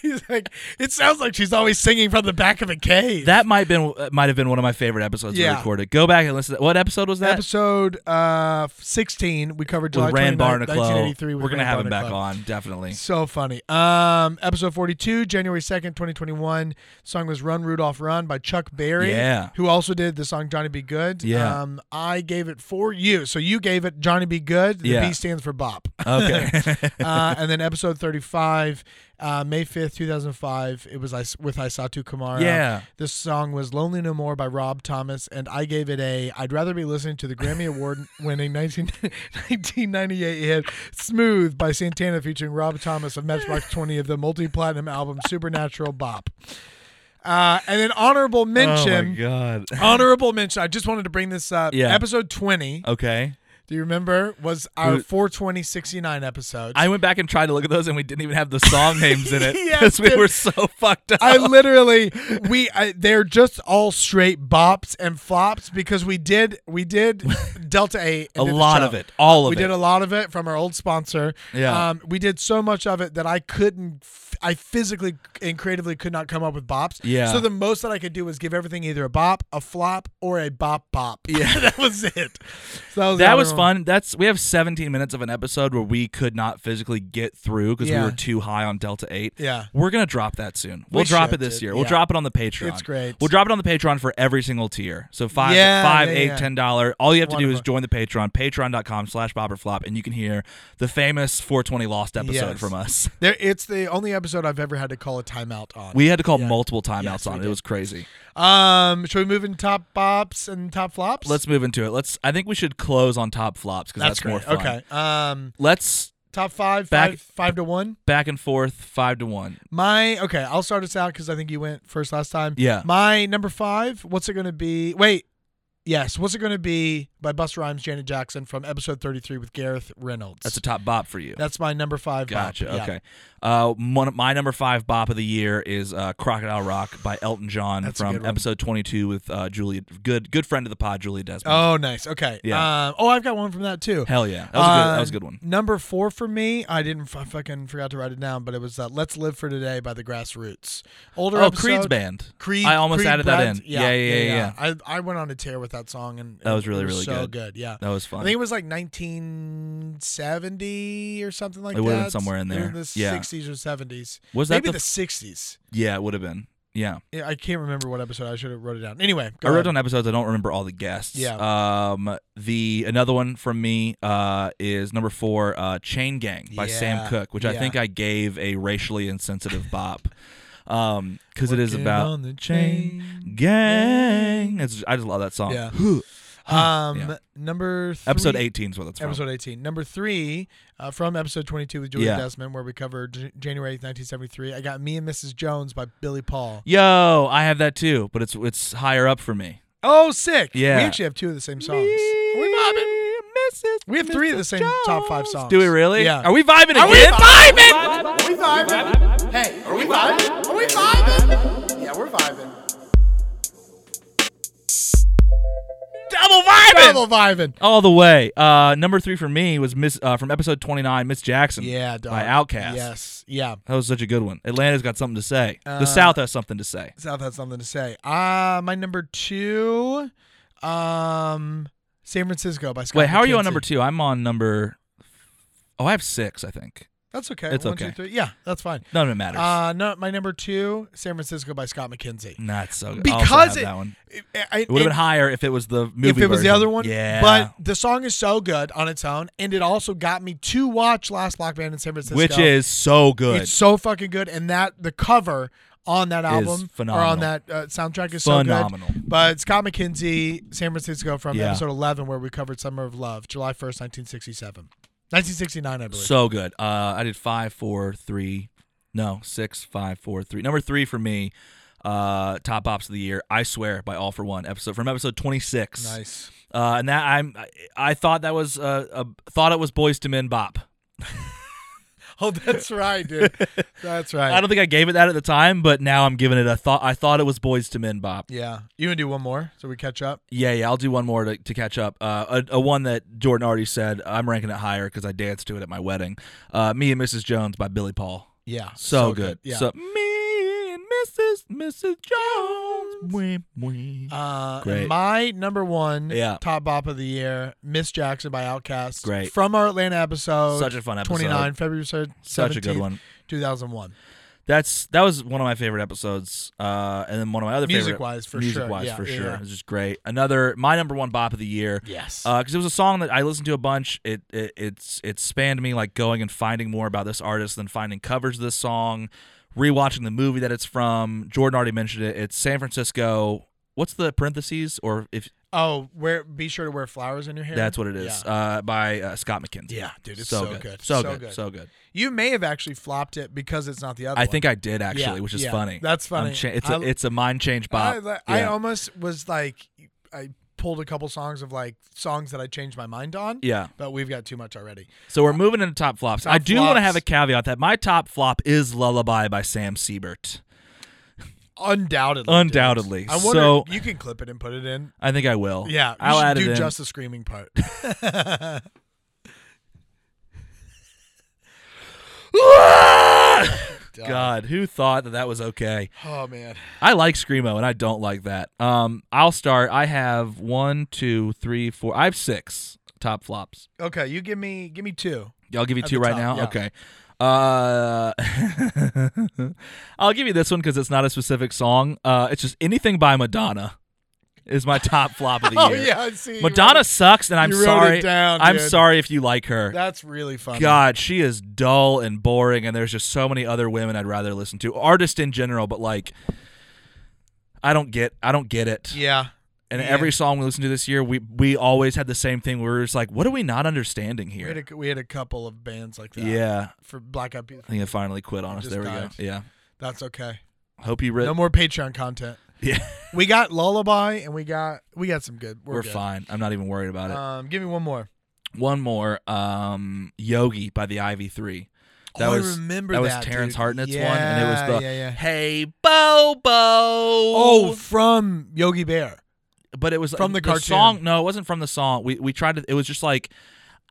S2: he's like, it sounds like she's always singing from the back of a cave.
S1: that might been uh, might have been one of my favorite episodes we
S2: Yeah.
S1: recorded. Go back and listen. to that. What episode was that?
S2: episode uh 16 we covered July
S1: with Rand
S2: 29,
S1: Barnacle.
S2: 1983 with
S1: We're gonna
S2: Rand
S1: have him back
S2: Barnacle.
S1: on definitely.
S2: so funny um episode 42 january 2nd 2021 song was run rudolph run by chuck berry
S1: Yeah.
S2: who also did the song johnny be good
S1: Yeah.
S2: um i gave it for you so you gave it johnny be good the
S1: Yeah.
S2: b stands for bop
S1: Okay.
S2: uh, and then episode 35 uh, may 5th 2005 it was I, with isatu kamara
S1: Yeah.
S2: this song was lonely no more by rob thomas and i gave it a i'd rather be listening to the grammy award winning 19, 1998 hit smooth by santana featuring rob thomas of matchbox 20 of the multi-platinum album supernatural bop uh, and then honorable
S1: Oh my
S2: mention
S1: god.
S2: honorable mention i just wanted to bring this up
S1: Yeah.
S2: episode 20
S1: Okay.
S2: do you remember was our
S1: Who-
S2: 420 69 episode
S1: I went back and tried to look at those, and we didn't even have the song names in it
S2: Yes,
S1: because we
S2: dude.
S1: were so fucked up.
S2: I literally we I, they're just all straight bops and flops because we did we did Delta Eight and
S1: A
S2: did the
S1: lot
S2: show.
S1: of it. All of
S2: we
S1: it.
S2: did a lot of it from our old sponsor.
S1: Yeah.
S2: um, we did so much of it that I couldn't. f- I physically and creatively could not come up with bops.
S1: Yeah.
S2: So the most that I could do was give everything either a bop, a flop, or a bop bop. Yeah, that was it. So that was, the
S1: that
S2: other
S1: was
S2: one.
S1: fun. That's we have 17 minutes of an episode where we could not physically get through because
S2: Yeah.
S1: we were too high on Delta Eight.
S2: Yeah.
S1: we're gonna drop that soon. We'll
S2: We
S1: drop
S2: should,
S1: it this
S2: dude.
S1: year. We'll
S2: Yeah.
S1: drop it on the Patreon.
S2: It's great.
S1: We'll drop it on the Patreon for every single tier. So five,
S2: Yeah,
S1: five,
S2: yeah,
S1: eight,
S2: yeah.
S1: ten dollar. All you have to do is
S2: Wonderful.
S1: join the Patreon, Patreon.com/slash Bob or Flop, and you can hear the famous 420 Lost episode
S2: Yes.
S1: from us.
S2: There, it's the only episode I've ever had to call a timeout on.
S1: We had to call
S2: Yeah.
S1: multiple timeouts
S2: Yes, we
S1: on it.
S2: did.
S1: It was crazy.
S2: um, should we move in top bops and top flops?
S1: Let's move into it. Let's. I think we should close on top flops because that's,
S2: great.
S1: more fun.
S2: Okay. Um,
S1: Let's
S2: top five,
S1: Back-
S2: five, five to one.
S1: back and forth five to one.
S2: My okay, I'll start us out because I think you went first last time.
S1: Yeah.
S2: My number five. What's it gonna be? Wait. Yes. What's it gonna be by Busta Rhymes, Janet Jackson from episode thirty-three with Gareth Reynolds.
S1: That's a top bop for you.
S2: That's my number five. bop.
S1: Gotcha.
S2: Yeah.
S1: Okay. Uh, one of my number five bop of the year is uh, "Crocodile Rock" by Elton John
S2: That's a good
S1: from
S2: one.
S1: episode 22 with uh, Julia, good good friend of the pod, Julia Desmond.
S2: Oh, nice. Okay.
S1: Yeah.
S2: Um, oh, I've got one from that too.
S1: Hell yeah, that was a good. That was a
S2: Um,
S1: good one.
S2: Number four for me, I didn't f- I fucking forgot to write it down, but it was uh, "Let's Live for Today" by the Grassroots. Older
S1: Oh,
S2: episode,
S1: Creed's band.
S2: Creed.
S1: I almost
S2: Creed
S1: added
S2: Brad-
S1: that in. Yeah, yeah, yeah, yeah.
S2: I, I went on a tear with that song, and
S1: That
S2: it-
S1: was really,
S2: it
S1: really
S2: so
S1: good.
S2: good. Yeah,
S1: That was fun.
S2: I think it was like 1970 or something like
S1: It
S2: that.
S1: would've been somewhere in
S2: It was
S1: there.
S2: the
S1: Yeah.
S2: 60s or 70s.
S1: Was that
S2: maybe
S1: the
S2: the,
S1: f-
S2: 60s?
S1: Yeah, it would have been. Yeah,
S2: Yeah, I can't remember what episode. I should have wrote it down. Anyway, go
S1: I wrote
S2: ahead.
S1: down episodes. I don't remember all the guests.
S2: Yeah.
S1: Um, the another one from me uh, is number four, uh, "Chain Gang" by
S2: Yeah.
S1: Sam Cooke, which I
S2: Yeah.
S1: think I gave a racially insensitive bop. Um, because it is
S2: Working
S1: about
S2: on the chain
S1: gang. It's, I just love that song.
S2: Yeah.
S1: Huh,
S2: Um,
S1: yeah.
S2: number three,
S1: Episode 18 is what that's from.
S2: Episode 18. Number three, uh, from episode 22 with Julia
S1: Yeah.
S2: Desmond, where we covered J- January 8th, 1973. I got Me and Mrs. Jones by Billy Paul.
S1: Yo, I have that too, but it's it's higher up for me.
S2: Oh, sick.
S1: Yeah.
S2: We actually have two of the same songs. Are we vibing?
S1: vibing.
S2: We have three of the same top five songs.
S1: Do we really?
S2: Yeah.
S1: Are we vibing
S2: Are we
S1: again?
S2: vibing? Are we vibing? Hey, are we vibing? Are we vibing? Yeah, we're vibing.
S1: Double vibing. vibing.
S2: Double vibing.
S1: all the way. Uh, number three for me was Miss uh, from episode twenty nine, Miss Jackson.
S2: Yeah, dog.
S1: by Outcast.
S2: Yes, Uh, yeah.
S1: that was such a good one. Atlanta's got something to say. the South has something to say.
S2: South had something to say. Uh my number two, um, San Francisco by Scott.
S1: Wait, how are you on
S2: McKenzie.
S1: number two? I'm on number. Oh, I have six. I think
S2: That's okay.
S1: It's
S2: One, two,
S1: okay.
S2: three. Yeah, that's fine.
S1: none of it matters.
S2: Uh, no, my number two, San Francisco by Scott McKenzie.
S1: Not so good. I also
S2: Because
S1: have
S2: it,
S1: that one.
S2: it, I-
S1: It would have
S2: it-
S1: been higher if it was the movie.
S2: if it was the
S1: version.
S2: other one.
S1: yeah.
S2: But the song is so good on its own, and it also got me to watch Last Lock Band in San Francisco,
S1: which is so good.
S2: it's so fucking good, and that the cover on that album or on
S1: phenomenal.
S2: that uh, soundtrack is
S1: Phenomenal.
S2: so good. But Scott McKenzie, San Francisco from
S1: Yeah.
S2: episode eleven, where we covered Summer of Love, July first, nineteen sixty seven. 1969, I believe.
S1: So good. Uh, I did five, four, three. No, six, five, four, three. Number three for me, uh, top ops of the year. I swear by all for one episode from episode twenty six.
S2: nice.
S1: Uh, and that I'm, I, I thought that was uh, a, thought it was Boys to Men Bop.
S2: Oh, that's right, dude. That's right.
S1: I don't think I gave it that at the time, but now I'm giving it a thought. I thought it was Boys to Men Bop.
S2: yeah. You want to do one more so we catch up?
S1: Yeah, yeah. I'll do one more to, to catch up. Uh, a, a one that Jordan already said. I'm ranking it higher because I danced to it at my wedding. Uh, Me and Mrs. Jones by Billy Paul.
S2: Yeah.
S1: So, good.
S2: Yeah.
S1: So me and Mrs. Mrs. Jones. Wee, wee.
S2: Uh, and
S1: Great.
S2: My number one
S1: Yeah.
S2: top bop of the year, Miss Jackson by Outkast.
S1: Great.
S2: From our Atlanta episode.
S1: Such a fun episode.
S2: 29, February 17th,
S1: Such a good one.
S2: 2001.
S1: That's that was one of my favorite episodes, uh, and then one of my other favorite
S2: Music-wise, for
S1: music
S2: sure.
S1: wise
S2: Yeah,
S1: for
S2: yeah,
S1: sure.
S2: yeah.
S1: It was just great. Another my number one bop of the year.
S2: Yes.
S1: because Uh, it was a song that I listened to a bunch. It, it it's it spanned me like going and finding more about this artist than finding covers of this song, rewatching the movie that it's from. Jordan already mentioned it. It's San Francisco. What's the parentheses or if
S2: oh, wear, be sure to wear flowers in your hair.
S1: that's what it is?
S2: Yeah.
S1: Uh, by uh, Scott McKenzie.
S2: Yeah, dude, it's so good.
S1: so,
S2: So
S1: good,
S2: good.
S1: so good.
S2: you may have actually flopped it because it's not the other
S1: I
S2: one.
S1: think I did actually,
S2: Yeah,
S1: which is
S2: yeah,
S1: funny.
S2: that's
S1: I'm
S2: funny.
S1: Cha- it's a
S2: I-
S1: it's a mind change
S2: I,
S1: bop.
S2: like, I
S1: Yeah.
S2: almost was like, I pulled a couple songs of like songs that I changed my mind on.
S1: Yeah.
S2: But we've got too much already.
S1: So we're moving into top flops.
S2: Top
S1: I do want to
S2: flops.
S1: have a caveat that my top flop is Lullaby by Sam Siebert.
S2: Undoubtedly. dude.
S1: Undoubtedly.
S2: I wonder,
S1: So-
S2: you can clip it and put it in.
S1: I think I will.
S2: Yeah, you
S1: I'll
S2: should
S1: add
S2: do
S1: it in.
S2: just the screaming part.
S1: God, who thought that that was okay?
S2: oh man,
S1: I like screamo, and I don't like that. Um, I'll start. I have one, two, three, four. I have six top flops.
S2: okay, you give me give me two.
S1: I'll give you
S2: At
S1: two
S2: the
S1: right now.
S2: top, yeah.
S1: Okay. Uh, I'll give you this one because it's not a specific song. Uh, it's just anything by Madonna is my top flop of the year.
S2: I see. you
S1: Madonna
S2: wrote it.
S1: sucks, and I'm
S2: Oh, you wrote it
S1: sorry.
S2: down,
S1: I'm
S2: dude.
S1: sorry if you like her.
S2: That's really funny.
S1: God, she is dull and boring, and there's just so many other women I'd rather listen to. Artists in general, but like, I don't get, I don't get it.
S2: Yeah.
S1: and
S2: yeah.
S1: every song we listened to this year, we we always had the same thing. We were just like, what are we not understanding
S2: We had,
S1: here?
S2: a, we had a couple of bands like that.
S1: Yeah,
S2: For Black Eyed Peas.
S1: I think it finally quit on us.
S2: just
S1: There we go.
S2: died.
S1: Yeah,
S2: That's okay.
S1: hope you read.
S2: No more Patreon content.
S1: yeah,
S2: We got Lullaby and we got we got some good. We're,
S1: we're,
S2: good.
S1: fine. I'm not even worried about it.
S2: Um, give me one more.
S1: One more, um, Yogi by the Ivy Three. That
S2: oh,
S1: was
S2: I remember
S1: that was
S2: dude.
S1: Terrence Hartnett's one, and it was
S2: Yeah,
S1: the
S2: yeah, yeah.
S1: Hey Bobo.
S2: Oh, from Yogi Bear.
S1: but it was
S2: From the cartoon.
S1: song. No, it wasn't from the song. We we tried to. It was just like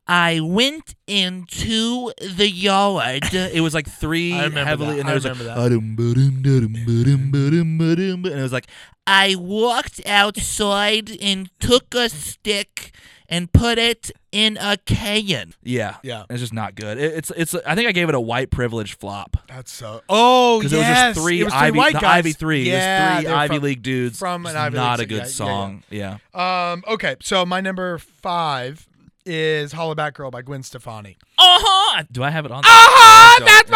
S1: I went into the yard. It was like three
S2: I remember
S1: heavily,
S2: that.
S1: and
S2: I
S1: there was
S2: remember
S1: like,
S2: that.
S1: "Adum, badum, dadum, badum, badum, badum," and it was like I walked outside and took a stick and put it in a can. Yeah,
S2: Yeah.
S1: It's just not good. It, it's it's. I think I gave it a white privilege flop.
S2: That's so. Oh,
S1: Because it
S2: yes.
S1: was just three,
S2: It was
S1: Ivy,
S2: white
S1: the
S2: guys.
S1: Ivy three,
S2: Yeah,
S1: it was three
S2: they're
S1: Ivy
S2: from-
S1: League dudes.
S2: from an
S1: Just
S2: Ivy
S1: not
S2: League
S1: a good
S2: city. Yeah, yeah, yeah.
S1: song. yeah.
S2: Um, okay, so my number five is Hollow Back Girl by Gwen Stefani.
S1: Uh huh. Do I have it on? Uh
S2: Uh-huh.
S1: huh. That's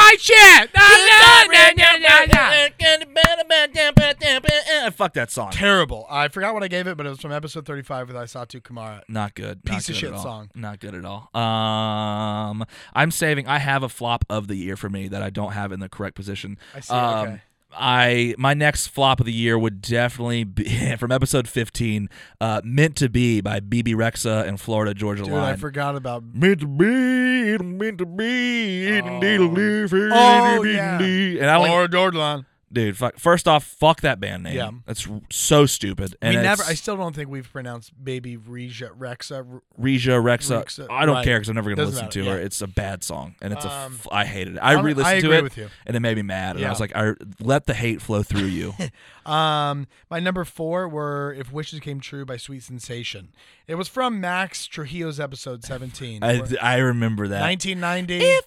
S1: my shit. Eh, Fuck that song.
S2: Terrible. I forgot what I gave it, but it was from episode 35 with Isatu Kamara.
S1: Not good. Not
S2: Piece of
S1: good
S2: shit
S1: at all.
S2: song.
S1: Not good at all. Um, I'm saving. I have a flop of the year for me that I don't have in the correct position. I
S2: see,
S1: Um,
S2: okay.
S1: I my next flop of the year would definitely be from episode 15, uh, "Meant to Be" by BB Rexa and Florida Georgia
S2: Dude, I
S1: Line.
S2: forgot about.
S1: Meant to be, meant to be,
S2: Oh, yeah.
S1: and I don't.
S2: Jordan.
S1: Dude, fuck, first off, fuck that band name.
S2: Yeah.
S1: That's r- so stupid. And
S2: we never.
S1: it's
S2: I still don't think we've pronounced "Baby Reja Rexa."
S1: Regia Rexa.
S2: Rexa,
S1: I don't
S2: right.
S1: care because I'm never going to
S2: Doesn't
S1: listen
S2: matter,
S1: to her.
S2: yeah.
S1: It's a bad song, and it's a.
S2: Um,
S1: F- I hated it. I
S2: I'm-
S1: re-listened
S2: I
S1: to
S2: agree
S1: it,
S2: with you.
S1: and it made me mad. And I
S2: Yeah.
S1: was like, I let the hate flow through you.
S2: Um, my number four were "If Wishes Came True" by Sweet Sensation. It was from Max Trujillo's episode 17,
S1: I, uh,
S2: where-
S1: I remember that.
S2: 1990.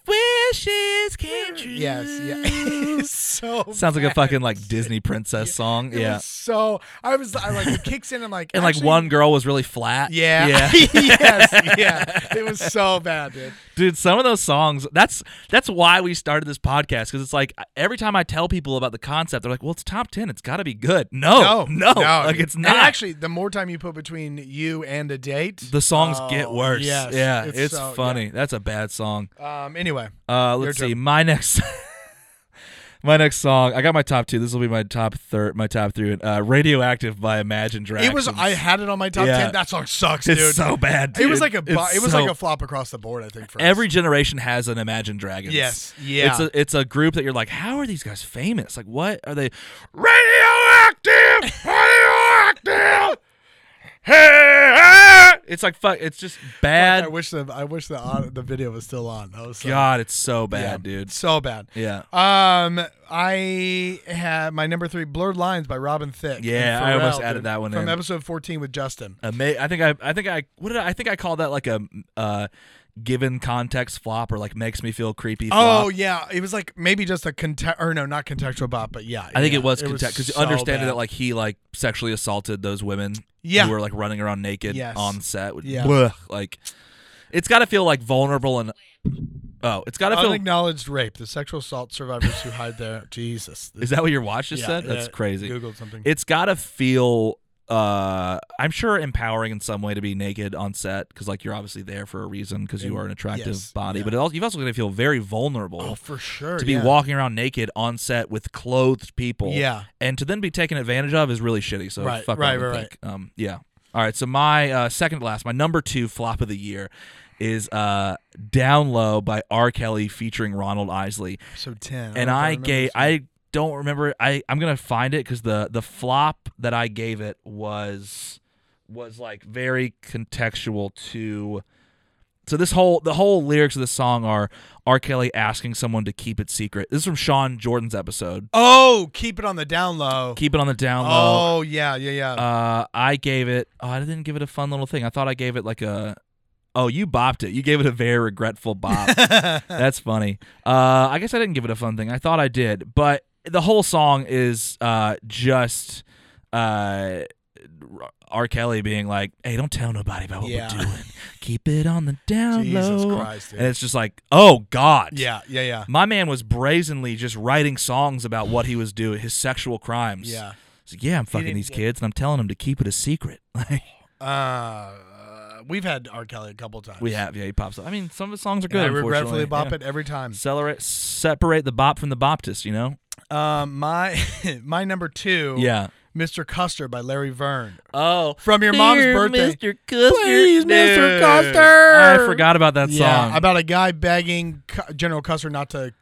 S1: wishes came true.
S2: yes, yeah. so
S1: Sounds like a
S2: bad.
S1: fucking like Disney princess song.
S2: It
S1: yeah.
S2: was so I was I like it kicks in. I'm like
S1: and
S2: actually-
S1: like one girl was really flat.
S2: Yeah.
S1: Yeah.
S2: yes. Yeah. It was so bad, dude.
S1: Dude, some of those songs, that's that's why we started this podcast cuz it's like every time I tell people about the concept, they're like, "Well, it's top 10. It's got to be good." No. No. like
S2: dude.
S1: it's
S2: And
S1: not.
S2: actually, the more time you put between you and a date,
S1: the songs
S2: Oh,
S1: get worse.
S2: yes.
S1: yeah, it's,
S2: It's so- yeah.
S1: funny. That's a bad song.
S2: um. Anyway,
S1: Uh, let's
S2: turn.
S1: see. My next, my next song. I got my top two. This will be my top third. My top three. Uh, "Radioactive" by Imagine Dragons.
S2: it was. I had it on my top
S1: Yeah.
S2: ten. That song sucks,
S1: It's
S2: dude.
S1: so bad.
S2: it was
S1: dude.
S2: like a. bu-
S1: It's
S2: It was
S1: so-
S2: like a flop across the board. I think for us.
S1: Every generation has an Imagine Dragons.
S2: Yes. Yeah.
S1: It's a it's a group that you're like, how are these guys famous? Like, what are they? Radioactive, radioactive. Hey, hey. It's like fuck. It's just
S2: Fuck, I
S1: bad.
S2: wish the I wish the au- the video was still on. I was so,
S1: God, it's so bad,
S2: yeah,
S1: dude.
S2: So bad.
S1: Yeah.
S2: Um, I had my number three, "Blurred Lines" by Robin Thicke.
S1: Yeah,
S2: and
S1: I almost
S2: Pharrell,
S1: added
S2: dude,
S1: that one
S2: from
S1: in.
S2: episode fourteen with Justin.
S1: Ama- I think I I think I what did I, I think I call that like a uh given context flop or like makes me feel creepy flop.
S2: Oh yeah, it was like maybe just a context or no, not contextual bop, but yeah.
S1: I think
S2: yeah,
S1: it was context because
S2: so
S1: understanding
S2: bad.
S1: that like he like sexually assaulted those women
S2: Yeah.
S1: who were like running around naked
S2: Yes.
S1: on set. would-
S2: Yeah.
S1: Blech. like it's got to feel like vulnerable and oh, it's got to feel.
S2: unacknowledged rape, the sexual assault survivors who hide their Jesus.
S1: Is that what your watch just
S2: Yeah,
S1: said? That's
S2: yeah,
S1: crazy.
S2: Googled something.
S1: It's got to feel. Uh, I'm sure empowering in some way to be naked on set because like you're obviously there for a reason because you
S2: And-
S1: are an attractive
S2: yes,
S1: body,
S2: yeah.
S1: but it also, you've also got to feel very vulnerable.
S2: oh for sure
S1: to be
S2: yeah.
S1: walking around naked on set with clothed people.
S2: Yeah.
S1: And to then be taken advantage of is really shitty. So
S2: Right,
S1: fuck
S2: right,
S1: them, I
S2: right,
S1: think. Um, yeah. All right. So my uh, second to last, my number two flop of the year is uh, Down Low by R. Kelly featuring Ronald Isley.
S2: So ten.
S1: and
S2: don't know if
S1: I,
S2: remember
S1: gave
S2: this one.
S1: I don't remember I, I'm gonna find it because the the flop that I gave it was was like very contextual to so this whole the whole lyrics of the song are R. Kelly asking someone to keep it secret. This is from Sean Jordan's episode.
S2: Oh, keep it on the down low.
S1: Keep it on the down low.
S2: Oh yeah, yeah, yeah.
S1: Uh, I gave it. Oh, I didn't give it a fun little thing. I thought I gave it like a. Oh, you bopped it. You gave it a very regretful bop. That's funny. Uh, I guess I didn't give it a fun thing. I thought I did, but the whole song is uh, just uh, R. Kelly being like, "Hey, don't tell nobody about what
S2: Yeah.
S1: we're doing. Keep it on the down
S2: Jesus
S1: low."
S2: Christ, dude.
S1: And it's just like, "Oh God,
S2: yeah, yeah, yeah.
S1: My man was brazenly just writing songs about what he was doing, his sexual crimes.
S2: Yeah.
S1: It's like, yeah, I'm fucking
S2: didn't
S1: these
S2: get-
S1: kids, and I'm telling them to keep it a secret. Like
S2: Uh, we've had R. Kelly a couple times.
S1: we have, yeah, he pops up. I mean, some of the songs are
S2: And
S1: good.
S2: I regretfully
S1: unfortunately.
S2: bop
S1: yeah.
S2: it every time.
S1: Accelerate, separate the bop from the boptist. You know?
S2: Um, my my number two.
S1: Yeah.
S2: Mr. Custer by Larry Vern.
S1: Oh,
S2: From your mom's birthday.
S1: Mr. Custer.
S2: Please, Mr.
S1: Dude.
S2: Custer.
S1: I forgot about that
S2: Yeah,
S1: song.
S2: about a guy begging Cu- General Custer not to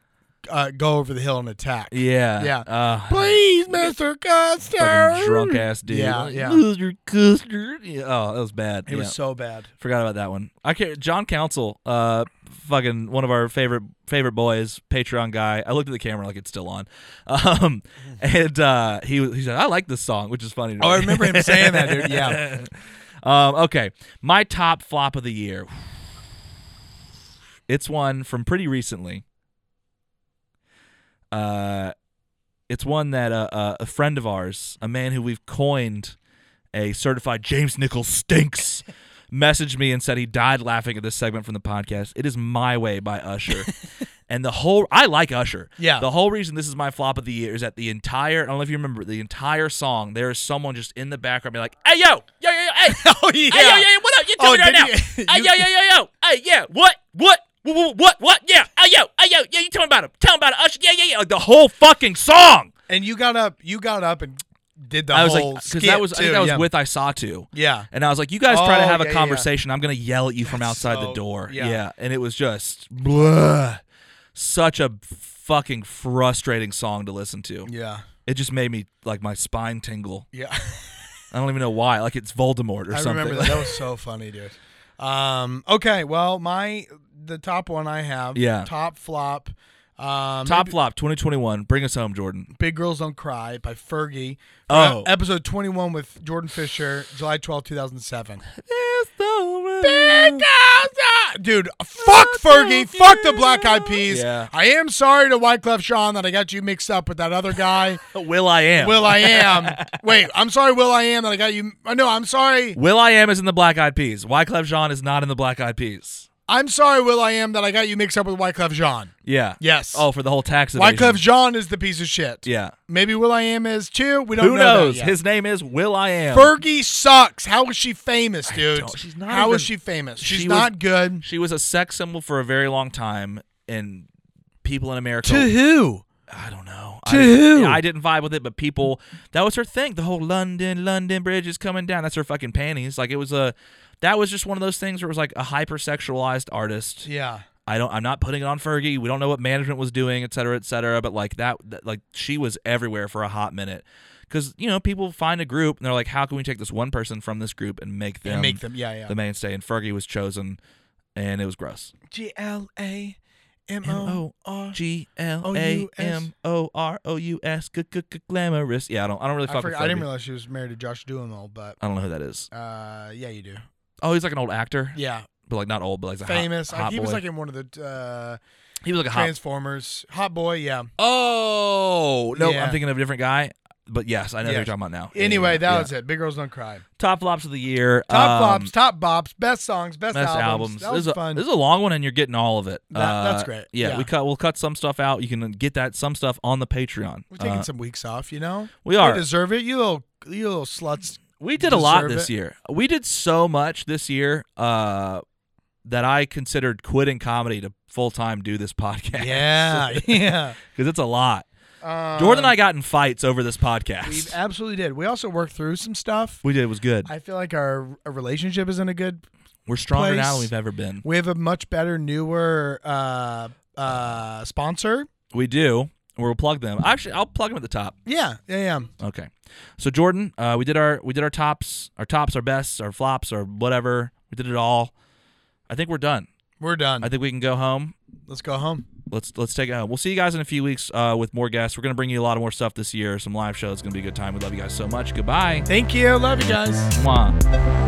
S2: uh, go over the hill and attack.
S1: yeah,
S2: Yeah.
S1: Uh,
S2: Please, Mr. Custer.
S1: fucking drunk ass dude.
S2: Yeah,
S1: Like,
S2: yeah.
S1: Mr. Custer. Yeah, oh, that was bad.
S2: It was
S1: Yeah.
S2: so bad.
S1: Forgot about that one. I can't, John Council, uh, fucking one of our favorite favorite boys, Patreon guy. I looked at the camera like it's still on, um, and uh, he was- he said I like this song, which is funny. to
S2: Oh, I
S1: me.
S2: remember him saying that, dude. Yeah.
S1: Um, okay, my top flop of the year. It's one from pretty recently. Uh, it's one that uh, uh, a friend of ours, a man who we've coined a certified James Nichols stinks, messaged me and said he died laughing at this segment from the podcast. It is My Way by Usher. and the whole I like Usher.
S2: Yeah.
S1: The whole reason this is my flop of the year is that the entire I don't know if you remember the entire song, there is someone just in the background being like, Hey yo, yo, yo, yo, hey,
S2: Oh, yeah.
S1: hey yo, yo, yo, what up? You
S2: Oh,
S1: doing right now?
S2: did you-
S1: hey
S2: you-
S1: yo, yo, yo, yo, hey, yeah, what? What? Wha- wha- What? What? Yeah. Hey yo. Hey yo. Yeah. You tell him about him. Tell him about it. Usher. Yeah. Yeah. Yeah. Like the whole fucking song.
S2: And you got up. You got up and did the
S1: I was
S2: whole
S1: like, uh,
S2: skit
S1: that was I think
S2: too,
S1: that was
S2: yeah.
S1: with I saw to.
S2: Yeah.
S1: And I was like, you guys try to
S2: Oh,
S1: have
S2: yeah,
S1: a
S2: yeah,
S1: conversation. I'm going to yell at you from outside the
S2: so-
S1: door. Yeah.
S2: yeah.
S1: And it was just blah, such a f- fucking frustrating song to listen to.
S2: Yeah.
S1: It just made me like my spine tingle.
S2: Yeah.
S1: I don't even know why. Like it's Voldemort or
S2: I
S1: something.
S2: remember that. That was so funny, dude. Um, okay, well, my the top one I have.
S1: Yeah.
S2: Top flop. Um,
S1: Top
S2: maybe
S1: flop 2021. Bring us home, Jordan.
S2: Big Girls Don't Cry by Fergie.
S1: Oh.
S2: Uh, episode 21 with Jordan Fisher, July twelfth, two 2007. Dude, fuck Fergie. Fuck the Black Eyed Peas.
S1: Yeah.
S2: I am sorry to Wyclef Sean that I got you mixed up with that other guy,
S1: Will I am.
S2: Will I Am. Wait, I'm sorry, Will I Am, that I got you. I know, I'm sorry.
S1: Will I am is in the Black Eyed Peas. Wyclef Jean is not in the Black Eyed Peas.
S2: I'm sorry, Will I Am, that I got you mixed up with Wyclef Jean.
S1: Yeah.
S2: Yes.
S1: Oh, for the whole tax evasion.
S2: Wyclef Jean is the piece of shit.
S1: Yeah.
S2: Maybe Will I Am is too. We don't
S1: Who
S2: know. that
S1: knows?
S2: yet.
S1: His name is Will I am.
S2: Fergie sucks. How is she famous, dude?
S1: don't- she's not
S2: How is
S1: even-
S2: she famous? She's
S1: she was-
S2: not good.
S1: she was a sex symbol for a very long time, and people in America.
S2: who?
S1: I don't know.
S2: To
S1: I,
S2: who?
S1: yeah, I didn't vibe with it, but people. That was her thing. The whole London, London Bridge is coming down. That's her fucking panties. Like it was a. That was just one of those things where it was like a hypersexualized artist.
S2: Yeah.
S1: I don't. I'm not putting it on Fergie. We don't know what management was doing, et cetera, et cetera. But like that, that like she was everywhere for a hot minute, because you know people find a group and they're like, how can we take this one person from this group and make them,
S2: And make them. Yeah, yeah.
S1: the mainstay? And Fergie was chosen, and it was gross.
S2: G L A M
S1: M
S2: O
S1: O
S2: R.
S1: G L A M O R O U S, g- g- g- glamorous. Yeah, I don't. I don't really
S2: I,
S1: fuck with
S2: forgot,
S1: Fergie.
S2: I didn't realize she was married to Josh Duhamel, but
S1: I don't know who that is.
S2: uh, yeah, you do.
S1: Oh, he's like an old actor,
S2: Yeah,
S1: but like not old, but like a hot-
S2: famous. Uh,
S1: Hot,
S2: he was
S1: boy.
S2: like in one of the uh,
S1: he was like a hot.
S2: Transformers. Hot boy. Yeah.
S1: oh no,
S2: Yeah.
S1: I'm thinking of a different guy. But yes, I know who
S2: Yeah.
S1: you're talking about now. Yeah,
S2: Anyway,
S1: yeah,
S2: that
S1: yeah.
S2: was it. Big girls don't cry.
S1: Top flops of the year.
S2: Top
S1: um,
S2: flops, top bops, best songs, best,
S1: Best
S2: albums. That
S1: this,
S2: was
S1: is a,
S2: fun.
S1: this is a long one, and you're getting all of it. Uh,
S2: That- that's great.
S1: Yeah,
S2: Yeah.
S1: we cut. We'll cut some stuff out. You can get that some stuff on the Patreon.
S2: We're taking
S1: Uh,
S2: some weeks off, you know.
S1: we are.
S2: They deserve it. You little, you little sluts.
S1: we did a lot
S2: deserve
S1: this
S2: it.
S1: year. We did so much this year uh, that I considered quitting comedy to full time do this podcast.
S2: Yeah, yeah.
S1: because it's a lot.
S2: Um,
S1: Jordan and I got in fights over this
S2: we
S1: podcast.
S2: absolutely did. We also worked through some stuff.
S1: We did. It was good.
S2: e- I feel like our, our relationship is in a good.
S1: We're stronger
S2: place-
S1: now than we've ever been.
S2: We have a much better, newer uh, uh, sponsor.
S1: We do. We'll plug them. Actually, I'll plug them at the top.
S2: Yeah, yeah, yeah.
S1: Okay. So Jordan, uh, we did our we did our tops, our tops, our bests, our flops, our whatever. We did it all. I think we're done.
S2: We're done.
S1: I think we can go home.
S2: Let's go home.
S1: Let's let's take it home. We'll see you guys in a few weeks uh, with more guests. We're gonna bring you a lot of more stuff this year. Some live shows. It's gonna be a good time. We love you guys so much. Goodbye.
S2: Thank you. Love you guys.
S1: Mwah.